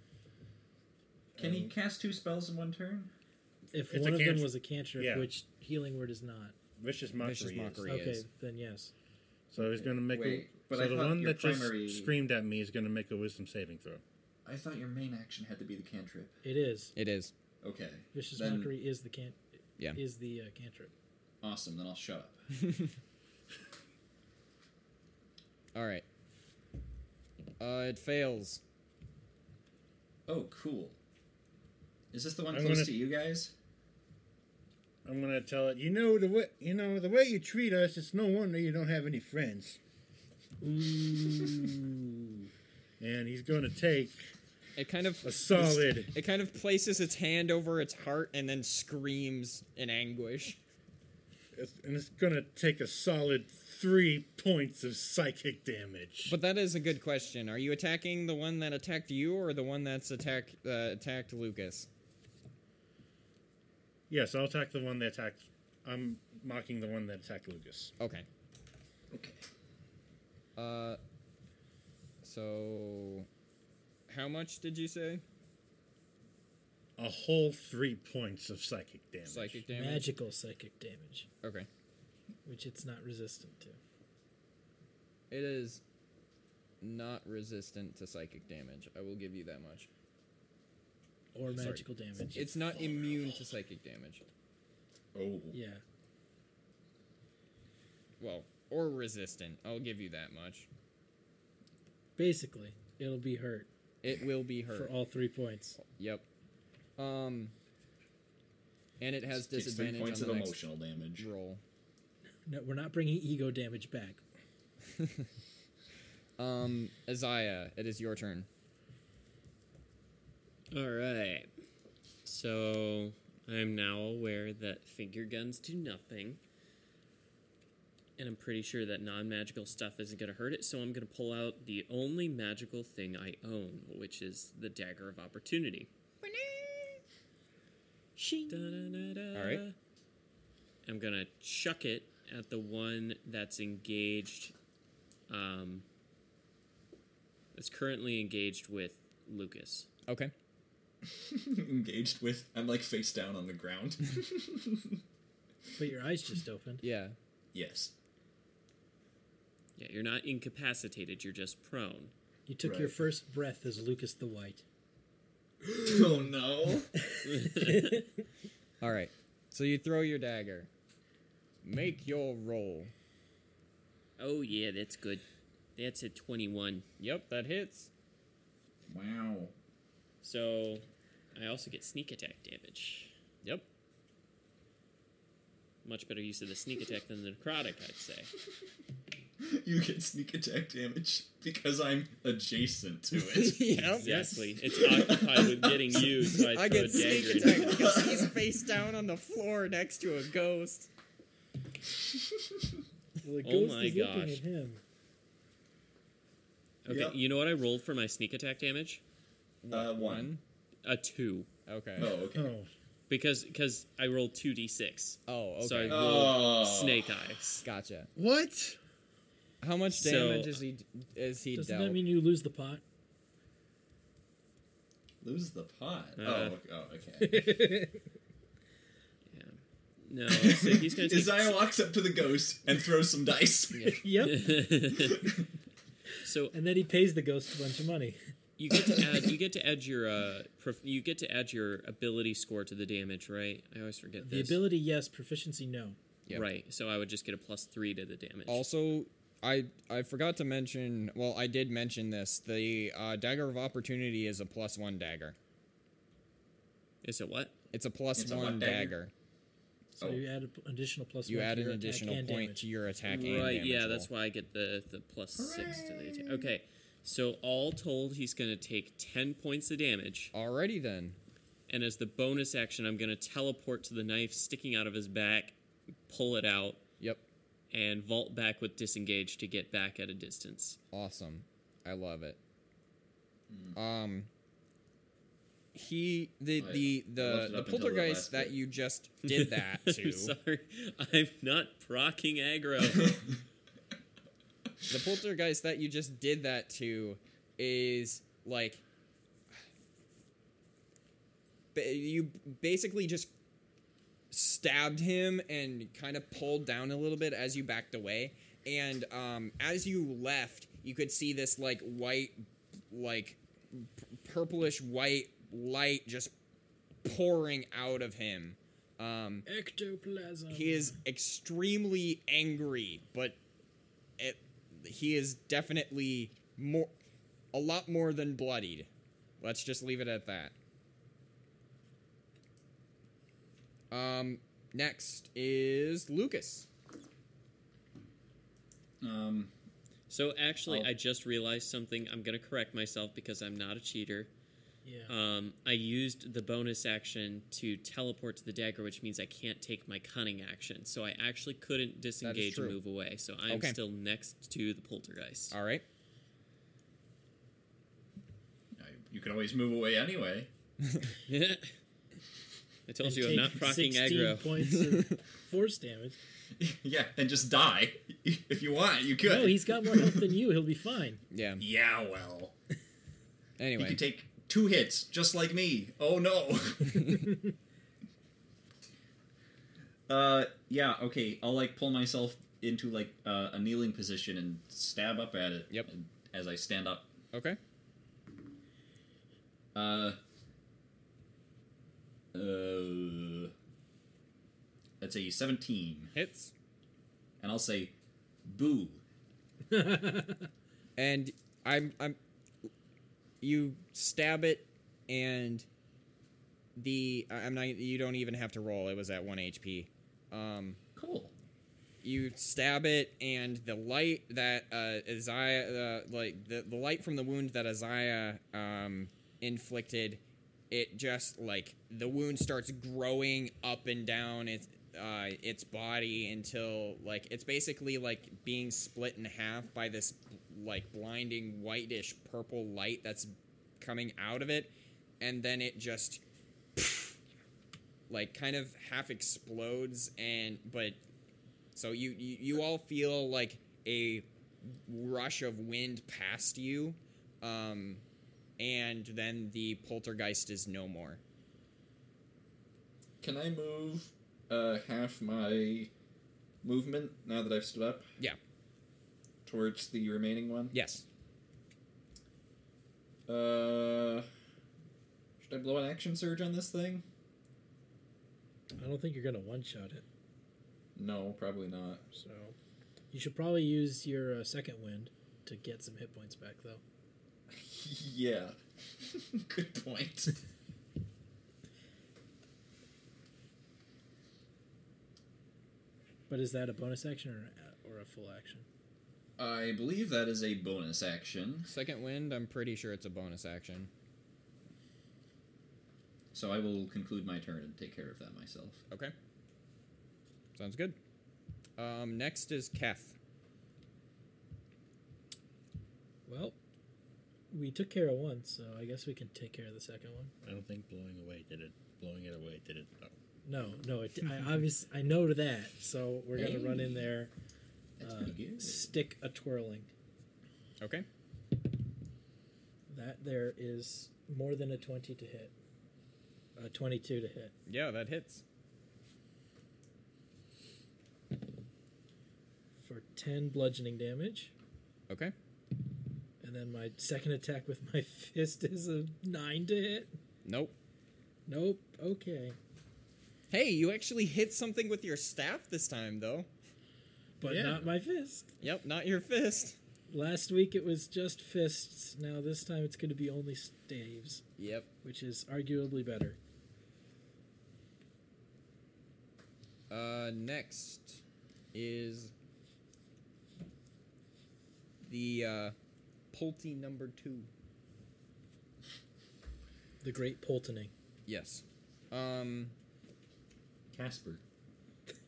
S3: Can
S5: Um,
S3: he cast two spells in one turn?
S2: If
S5: It's
S2: one
S5: a
S2: of them
S5: cantrip.
S2: was a cantrip,
S5: Yeah.
S2: which healing word is not.
S5: vicious mockery.
S1: Vicious
S5: is-
S1: mockery. Three
S2: okay,
S1: is.
S2: then yes.
S5: So he's going to make.
S3: Wait,
S5: a,
S3: but
S5: so
S3: I
S5: the
S3: thought
S5: one
S3: your
S5: that
S3: primary-
S5: just screamed at me is going to make a wisdom saving throw.
S3: I thought your main action had to be the cantrip.
S2: It is.
S1: It is.
S3: Okay.
S2: Vicious
S3: Then-
S2: mockery is the can
S1: Yeah.
S2: is the uh, cantrip.
S3: Awesome. Then I'll shut up.
S1: All right. Uh, it fails.
S3: Oh, cool. Is this the one
S5: I'm
S3: close
S5: gonna-
S3: to you guys?
S5: I'm going to tell it. You know the way. You know the way you treat us. It's no wonder you don't have any friends.
S2: Ooh.
S5: And he's going to take
S1: It kind of
S5: a solid.
S1: It kind of places its hand over its heart and then screams in anguish.
S5: It's, and it's gonna take a solid three points of psychic damage.
S1: But that is a good question. Are you attacking the one that attacked you or the one that's attack uh, attacked Lucas?
S5: yes, I'll attack the one that attacked. I'm mocking the one that attacked Lucas.
S1: Okay.
S3: Okay.
S1: Uh, so how much did you say?
S5: A whole three points of psychic damage.
S1: Psychic damage.
S2: Magical psychic damage,
S1: Okay.
S2: which it's not resistant to.
S1: It is not resistant to psychic damage. I will give you that much.
S2: Or
S1: Sorry.
S2: magical damage.
S1: It's not immune to psychic damage.
S3: Oh.
S2: yeah.
S1: Well, or resistant. I'll give you that much.
S2: Basically, it'll be hurt
S1: It will be
S2: for
S1: hurt.
S2: all three points.
S1: Yep. Um. And it has
S3: Takes three
S1: disadvantage on
S3: points
S1: the
S3: of
S1: next
S3: emotional damage.
S1: roll.
S2: No, we're not bringing ego damage back.
S1: Um, Isaiah, it is your turn.
S4: All right. So I'm now aware that finger guns do nothing. And I'm pretty sure that non magical stuff isn't going to hurt it, so I'm going to pull out the only magical thing I own, which is the Dagger of Opportunity.
S1: All right.
S4: I'm going to chuck it at the one that's engaged, um, that's currently engaged with Lucas.
S1: Okay.
S3: *laughs* Engaged with. I'm like face down on the ground.
S1: *laughs*
S3: *laughs*
S2: But your eyes just opened.
S1: Yeah.
S3: yes. *laughs*
S4: Yeah, you're not incapacitated, you're just prone.
S2: You took your
S3: Right.
S2: first breath as Lucas the White.
S3: oh no.
S1: All right. So you throw your dagger. Make your roll.
S4: oh yeah, that's good. That's a twenty-one.
S1: Yep, that hits.
S3: Wow.
S4: So I also get sneak attack damage.
S1: Yep.
S4: Much better use of the sneak attack than the necrotic, I'd say.
S3: You get sneak attack damage because I'm adjacent
S1: *laughs*
S3: to it.
S4: Exactly. It's occupied with getting you, so I,
S1: I
S4: throw
S1: get
S4: a dagger.
S1: sneak
S4: in it.
S1: attack because he's face down on the floor next to a ghost.
S2: Well, the
S4: Oh
S2: ghost
S4: my
S2: is looking
S4: gosh.
S2: at him.
S4: Okay,
S3: Yep.
S4: you know what I rolled for my sneak attack damage?
S3: Uh, one.
S4: A two,
S1: Okay.
S3: Oh,
S1: *laughs*
S3: okay.
S5: Oh,
S4: because because I rolled two d six.
S1: Oh, okay.
S4: So I
S3: Oh.
S4: rolled snake eyes.
S1: Gotcha.
S6: What?
S1: How much
S4: So-
S1: damage is he is he
S2: Doesn't
S1: dealt?
S2: that mean you lose
S1: *laughs*
S2: the pot?
S3: Lose the pot.
S4: Uh.
S3: oh, oh,
S2: *laughs*
S3: okay.
S4: Yeah. No, so he's gonna
S3: *laughs*
S4: take.
S3: Isaiah walks up to the ghost and throws some dice.
S4: *laughs*
S2: yep.
S3: *laughs*
S4: so
S2: And then he pays the ghost a bunch of money.
S4: you get to add you get to add your uh prof- you get to add your ability score to the damage, right? I always forget
S2: The
S4: this.
S2: ability, yes. Proficiency, no.
S1: Yep.
S4: Right. So I would just get a plus three to the damage.
S1: Also, I I forgot to mention. Well, I did mention this. The uh, dagger of opportunity is a plus one dagger.
S4: Is it what?
S1: It's a plus
S3: It's a
S1: one
S3: what
S1: dagger.
S3: dagger?
S2: So
S3: Oh.
S2: you add an additional plus
S1: You
S2: one.
S1: add
S2: to
S1: an
S2: your attack
S1: additional
S2: and
S1: point
S2: damage.
S1: to your attack and
S4: Right.
S1: damage.
S4: Yeah.
S1: roll.
S4: That's why I get the the plus six to the attack. Okay. So all told, he's gonna take ten points of damage,
S1: Alrighty then.
S4: and as the bonus action, I'm gonna teleport to the knife sticking out of his back, pull it out,
S1: Yep.
S4: and vault back with disengage to get back at a distance.
S1: Awesome. I love it. Um. He the
S3: Hmm. I
S1: the the,
S3: left it
S1: the
S3: up until the
S1: poltergeist
S3: last
S1: that
S3: bit.
S1: you just did
S3: *laughs*
S4: *laughs*
S1: that
S4: I'm
S1: to.
S4: sorry, I'm not procking aggro.
S1: the poltergeist that you just did that to is like ba- you basically just stabbed him and kind of pulled down a little bit as you backed away and um, as you left you could see this like white like p- purplish white light just pouring out of him um,
S2: Ectoplasm.
S1: he is extremely angry, but it, he is definitely more, a lot more than bloodied. Let's just leave it at that. Um, next is Lucas.
S3: Um,
S4: so actually,
S3: Oh.
S4: I just realized something. I'm gonna correct myself because I'm not a cheater.
S2: Yeah.
S1: Uh,
S4: Um, I used the bonus action to teleport to the dagger, which means I can't take my cunning action. So I actually couldn't disengage and
S1: true.
S4: move away. So I'm
S1: Okay.
S4: still next to the poltergeist.
S1: All right.
S3: you can always move away anyway. *laughs*
S4: I told
S2: And
S4: you I'm
S2: take
S4: not
S2: 16
S4: procking aggro.
S2: points
S1: *laughs*
S2: of force damage.
S3: yeah, and just die *laughs* if you want. You could.
S2: No, he's got more health than you.
S1: *laughs*
S2: He'll be fine.
S1: Yeah.
S3: Yeah, well, you
S1: Anyway,
S3: could take two hits just like me. Oh no. *laughs* uh, yeah. Okay, I'll like pull myself into like uh, a kneeling position and stab up at it.
S1: Yep.
S3: As I stand up.
S1: okay.
S3: Uh. Uh. That's a seventeen,
S1: Hits.
S3: and I'll say, "Boo."
S1: and I'm I'm you stab it and the I- I'm not you don't even have to roll it was at 1 HP um
S3: Cool.
S1: you stab it and the light that uh Isaiah uh, like the, the light from the wound that Isaiah um inflicted it just like the wound starts growing up and down its uh its body until like it's basically like being split in half by this like blinding whitish purple light that's coming out of it and then it just like kind of half explodes and but so you, you you all feel like a rush of wind past you, um, and then the poltergeist is no more.
S3: Can I move uh, half my movement now that I've stood up
S1: Yeah.
S3: towards the remaining one?
S1: Yes.
S3: Uh, Should I blow an action surge on this thing?
S2: I don't think you're gonna one shot it.
S3: No, probably not. *laughs*
S2: So you should probably use your uh, second wind to get some hit points back, though.
S3: yeah. *laughs* Good point.
S2: But is that a bonus action or or a full action?
S3: I believe that is a bonus action,
S1: Second wind, I'm pretty sure it's a bonus action.
S3: so I will conclude my turn and take care of that myself.
S1: Okay. Sounds good. Um, next is Keth.
S2: Well, we took care of one, so I guess we can take care of the second one.
S5: I don't think blowing away did it. Blowing it away did it. No.
S2: No, no, it,
S3: *laughs*
S2: I obviously I know that, so we're gonna run in there,
S3: That's
S2: uh,
S3: pretty good.
S2: stick a twirling.
S1: Okay.
S2: That there is more than a twenty to hit, a twenty-two to hit.
S1: Yeah, that hits.
S2: for 10 bludgeoning damage.
S1: Okay.
S2: And then my second attack with my *laughs* fist is a 9 to hit.
S1: Nope.
S2: Nope. Okay.
S1: Hey, you actually hit something with your staff this time, though.
S2: But
S5: Yeah.
S2: not my fist.
S1: Yep, not your fist.
S2: Last week it was just fists. Now this time it's going to be only staves,
S1: Yep.
S2: which is arguably better.
S1: Uh, next is the uh, Pulte number two.
S2: The Great *laughs* Poltoning.
S1: Yes. Um,
S3: Casper.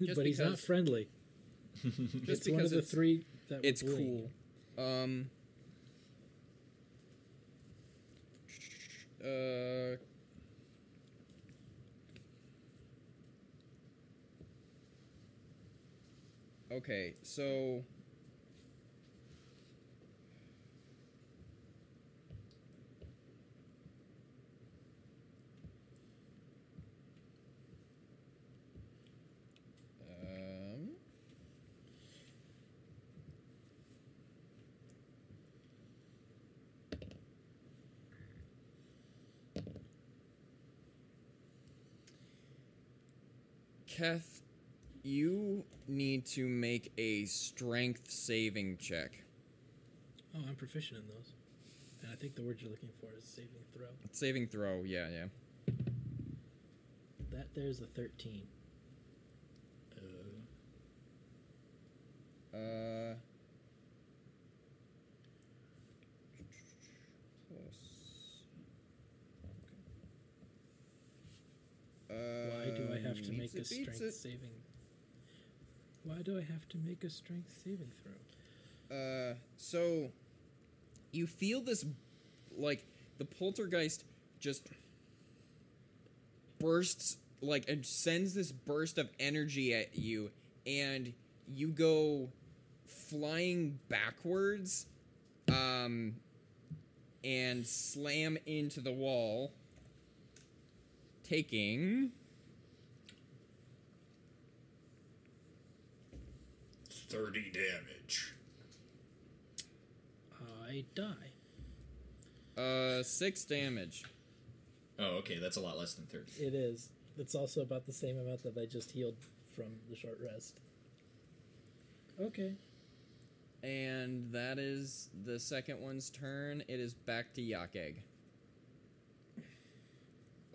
S1: Just
S2: but he's not
S1: because-
S2: friendly.
S1: *laughs* just
S2: it's one
S1: because
S2: of the
S1: it's,
S2: three that were
S1: it's
S2: bullying.
S1: cool. Um, uh, okay, so. Um, Keth, you need to make a strength saving check.
S2: Oh, I'm proficient in those. And I think the word you're looking for is saving throw.
S1: Saving throw, yeah, yeah.
S2: That there's a 13.
S1: Uh, plus.
S2: Why do I have to
S1: Um,
S2: make a
S1: beats it, beats
S2: strength
S1: it.
S2: saving? Why do I have to make a strength saving throw?
S1: Uh, so you feel this like the poltergeist just bursts like and sends this burst of energy at you and you go flying backwards um and slam into the wall taking
S6: Thirty damage.
S2: I die.
S1: uh 6 damage
S3: Oh, okay, that's a lot less than 30.
S2: It is. It's also about the same amount that I just healed from the short rest. Okay.
S1: and that is the second one's turn it is back to yakeg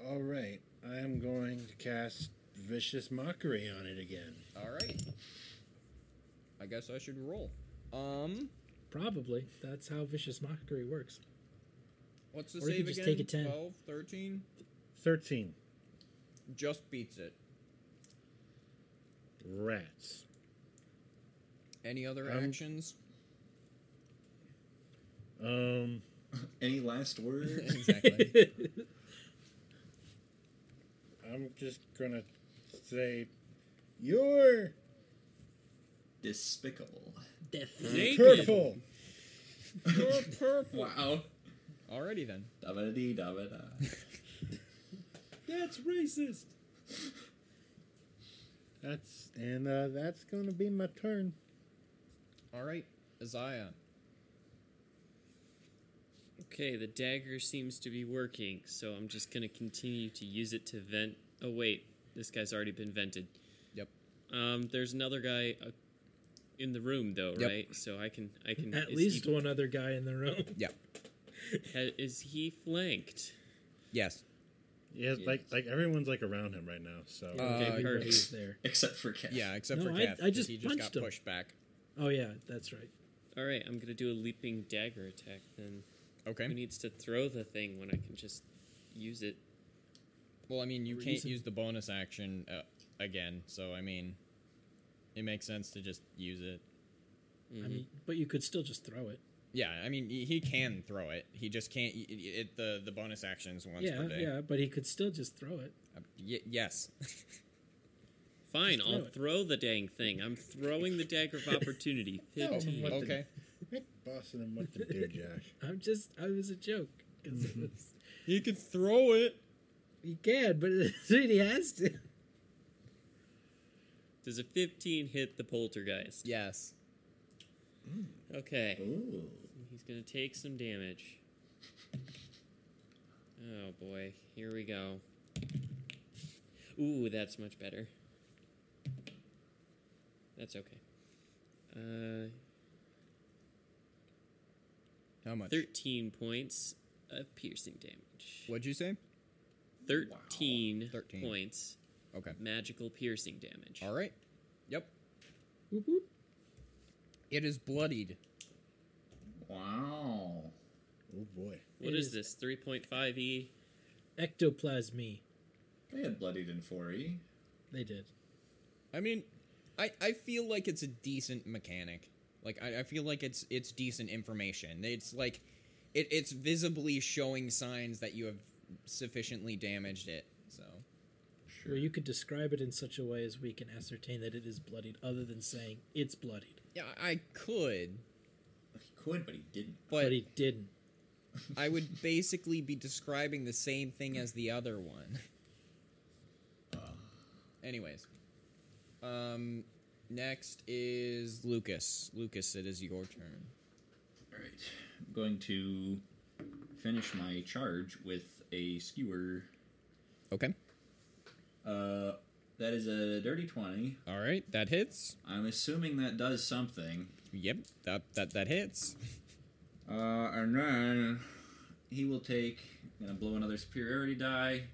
S5: All right, I am going to cast vicious mockery on it again.
S1: All right. I guess I should roll. Um,
S2: Probably. That's how vicious mockery works.
S1: what's the
S2: Or you
S1: save
S2: could just
S1: again?
S2: take a 10.
S1: 12, 13?
S5: Thirteen
S1: Just beats it.
S5: rats.
S1: Any other
S2: *laughs*
S5: Um,
S1: actions?
S5: Um,
S3: *laughs* Any last *laughs* words?
S1: exactly.
S2: *laughs*
S5: I'm just gonna say, you're
S3: Despicable.
S2: Death.
S4: Naked.
S5: purple. You're purple.
S3: Wow.
S1: Alrighty then.
S3: Da ba da dee da ba da.
S4: That's racist.
S5: That's and uh, that's gonna be my turn.
S1: All right, Isaiah.
S4: Okay, the dagger seems to be working, so I'm just gonna continue to use it to vent. Oh wait, this guy's already been vented.
S1: Yep.
S4: Um, there's another guy uh, in the room though,
S1: Yep.
S4: right? So I can, I
S2: *laughs*
S4: can.
S2: At
S4: is
S2: least
S4: he,
S2: one other guy in the room.
S1: *laughs* Yeah.
S4: ha- is he flanked?
S1: Yes.
S5: Yeah,
S4: Yeah.
S5: like like everyone's like around him right now. So
S1: Uh,
S4: Okay,
S2: Everybody
S4: perfect.
S1: *laughs*
S2: was there.
S3: Except for Cat.
S1: Yeah, except
S2: No,
S1: for
S2: I-
S1: Jeff.
S2: I
S1: 'cause
S2: just
S1: he just
S2: punched
S1: got
S2: him.
S1: pushed back.
S2: Oh yeah, that's right.
S4: All right, I'm gonna do a leaping dagger attack then.
S1: Okay.
S4: Who needs to throw the thing when I can just use it?
S1: Well, I mean, you
S2: We're
S1: can't
S2: using-
S1: use the bonus action uh, again, so I mean, it makes sense to just use it. Mm-hmm.
S2: I mean, but you could still just throw it.
S1: Yeah, I mean, he he can throw it. He just can't. It, it the the bonus actions once
S2: yeah,
S1: per day.
S2: yeah, but he could still just throw it.
S1: Uh, y- yes. *laughs*
S4: Fine,
S2: Just
S4: I'll
S2: throw it.
S4: throw the dang thing. I'm throwing the dagger
S2: *laughs*
S4: of opportunity.
S2: Oh,
S5: No,
S4: Fifteen.
S5: what the-
S1: okay.
S5: Quit bossing him what to do, Josh.
S2: I'm just, I was a joke. *laughs* 'Cause
S1: Mm-hmm.
S2: it was,
S1: He can throw it.
S2: he can, but *laughs* dude, he has to.
S4: Does a 15 hit the poltergeist?
S1: Yes.
S4: Okay.
S3: Ooh.
S4: He's going to take some damage. Oh boy, here we go. Ooh, that's much better. That's okay. Uh,
S1: How much?
S4: 13 points of piercing damage.
S1: What'd you say?
S4: 13,
S1: 13.
S4: points
S1: Okay.
S4: magical piercing damage.
S1: All right. Yep.
S2: Whoop, whoop.
S1: It is bloodied.
S3: Wow.
S5: Oh boy.
S4: What
S2: It
S4: is
S2: is-
S4: this? 3.5e?
S2: Ectoplasmy.
S3: They had bloodied in eh? 4E.
S2: They did.
S1: I mean, I I feel like it's a decent mechanic. Like I, I feel like it's it's decent information. It's like it, it's visibly showing signs that you have sufficiently damaged it. So
S3: Sure.
S2: Well, you could describe it in such a way as we can ascertain that it is bloodied, other than saying it's bloodied.
S1: yeah, I could,
S3: He could, but he didn't.
S1: but
S2: But he didn't.
S1: I would basically be describing the same thing as the other one. Anyways, um, next is Lucas. Lucas, it is your turn.
S3: Alright. I'm going to finish my charge with a skewer.
S1: Okay.
S3: Uh, that is a dirty 20.
S1: All right, that hits.
S3: I'm assuming that does something.
S1: Yep, that that that hits.
S3: Uh, and then he will take. I'm gonna blow another superiority die.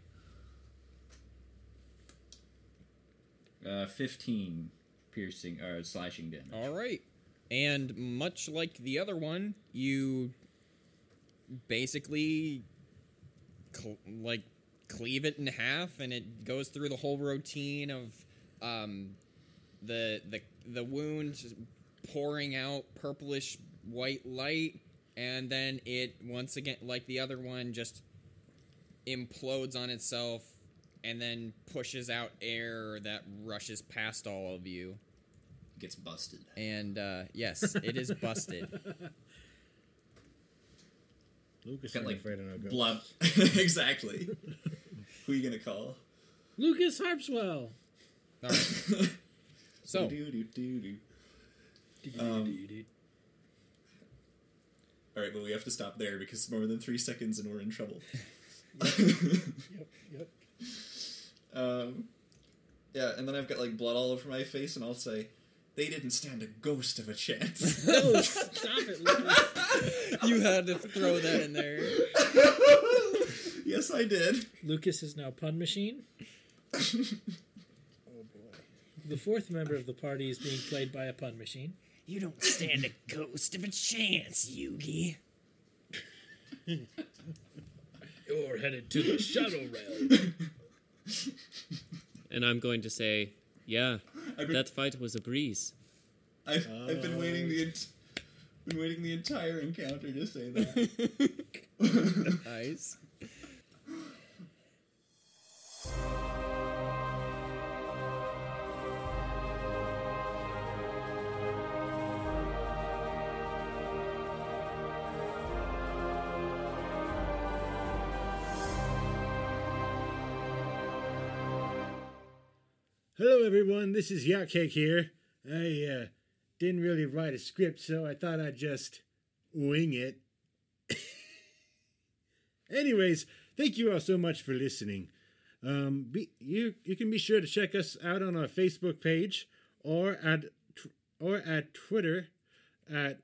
S3: Uh, fifteen piercing or slashing damage.
S1: All right. And much like the other one, you basically cl- like cleave it in half and it goes through the whole routine of um, the the the wound pouring out purplish white light and then it once again like the other one just implodes on itself and then pushes out air that rushes past all of you
S3: Gets busted.
S1: and uh, yes, it is *laughs* busted.
S5: Lucas
S3: Got,
S5: ain't
S3: like,
S5: afraid of no ghosts.
S3: Blood. *laughs*
S5: *laughs*
S3: exactly. Who you gonna call?
S2: Lucas Harpswell.
S1: All right.
S3: *laughs*
S1: So
S3: Do-do-do-do-do.
S2: *laughs*
S3: All right, but we have to stop there because it's more than three seconds and we're in trouble.
S5: *laughs* Yep, yep.
S3: Um, yeah, and then I've got like blood all over my face, and I'll say, "They didn't stand a ghost of a chance."
S5: *laughs*
S2: No, Oh, stop it, Lucas.
S1: you had to throw that in there.
S3: yes, I did.
S2: Lucas is now pun *laughs* machine.
S5: Oh boy.
S2: The fourth member of the party is being played by a pun machine.
S1: You don't stand a ghost of a chance, Yugi.
S2: You're headed to the *laughs* shadow realm.
S4: And I'm going to say, yeah,
S3: I've been,
S4: that fight was
S1: *laughs*
S4: a breeze.
S3: I've, I've been waiting the ent- been waiting the entire encounter to say
S5: *laughs*
S3: that. *laughs* Oh
S1: Nice.
S5: Hello, everyone. This is Yachtcake here. I uh, didn't really write a script, so I thought I'd just wing it. *laughs* Anyways, thank you all so much for listening. Um, be, you you can be sure to check us out on our Facebook page or at tw- or at Twitter at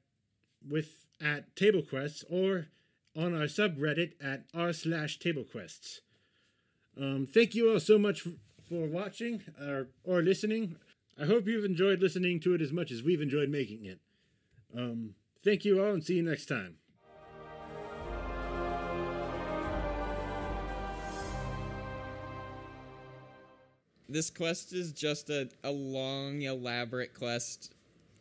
S5: with at TableQuests or on our subreddit at r slash TableQuests. Um, thank you all so much for, for watching or, or listening. I hope you've enjoyed listening to it as much as we've enjoyed making it. Um, thank you all and see you next time.
S1: This quest is just a, a long, elaborate quest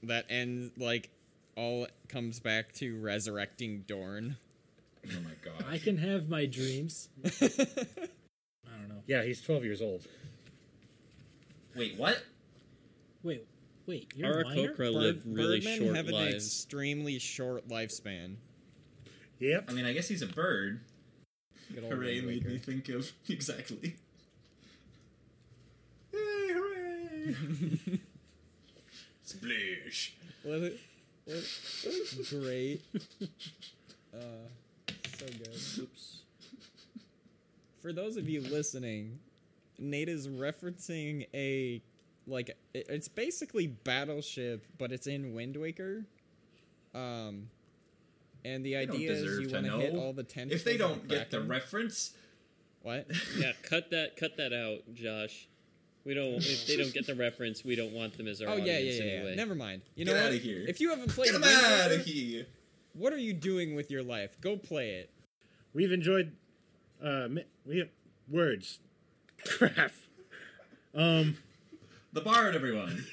S1: that ends like all comes back to resurrecting Dorn.
S3: Oh my god.
S2: I can have my *laughs* dreams. I don't know.
S5: Yeah, he's 12 years old.
S3: Wait, what?
S2: Wait, wait. You're a minor?
S4: Arakokra live really
S1: Birdmen
S4: short
S1: have an
S4: lives.
S1: extremely short lifespan.
S5: Yep.
S3: I mean, I guess he's a bird.
S1: Good old
S3: Hooray
S1: Wind
S3: made me
S1: Waker.
S3: think of *laughs* exactly. Yay, hooray!
S6: Splish.
S1: What a- what a-
S3: *laughs*
S1: great. Uh, so good. Oops. For those of you listening, Nate is referencing a like it- it's basically Battleship, but it's in Wind Waker. Um, and the
S3: They don't
S1: idea is
S3: deserve
S1: you
S3: to
S1: want to hit
S3: know.
S1: all the tentacles.
S3: if they
S1: of
S3: don't get the
S1: Kraken.
S3: reference,
S1: what?
S4: Yeah, cut that cut that out, Josh. We don't if they don't get the reference, we don't want them as our
S1: Oh
S4: audience
S1: yeah, yeah, yeah, yeah.
S4: anyway.
S1: Never mind. You
S3: Get
S1: know what?
S3: outta here.
S1: If you haven't played
S3: get him
S1: Wind
S3: out
S1: Waker,
S3: of here!
S1: what are you doing with your life? Go play it.
S5: We've enjoyed uh, mi- we have words. *laughs* Crap. Um,
S3: The bard, everyone.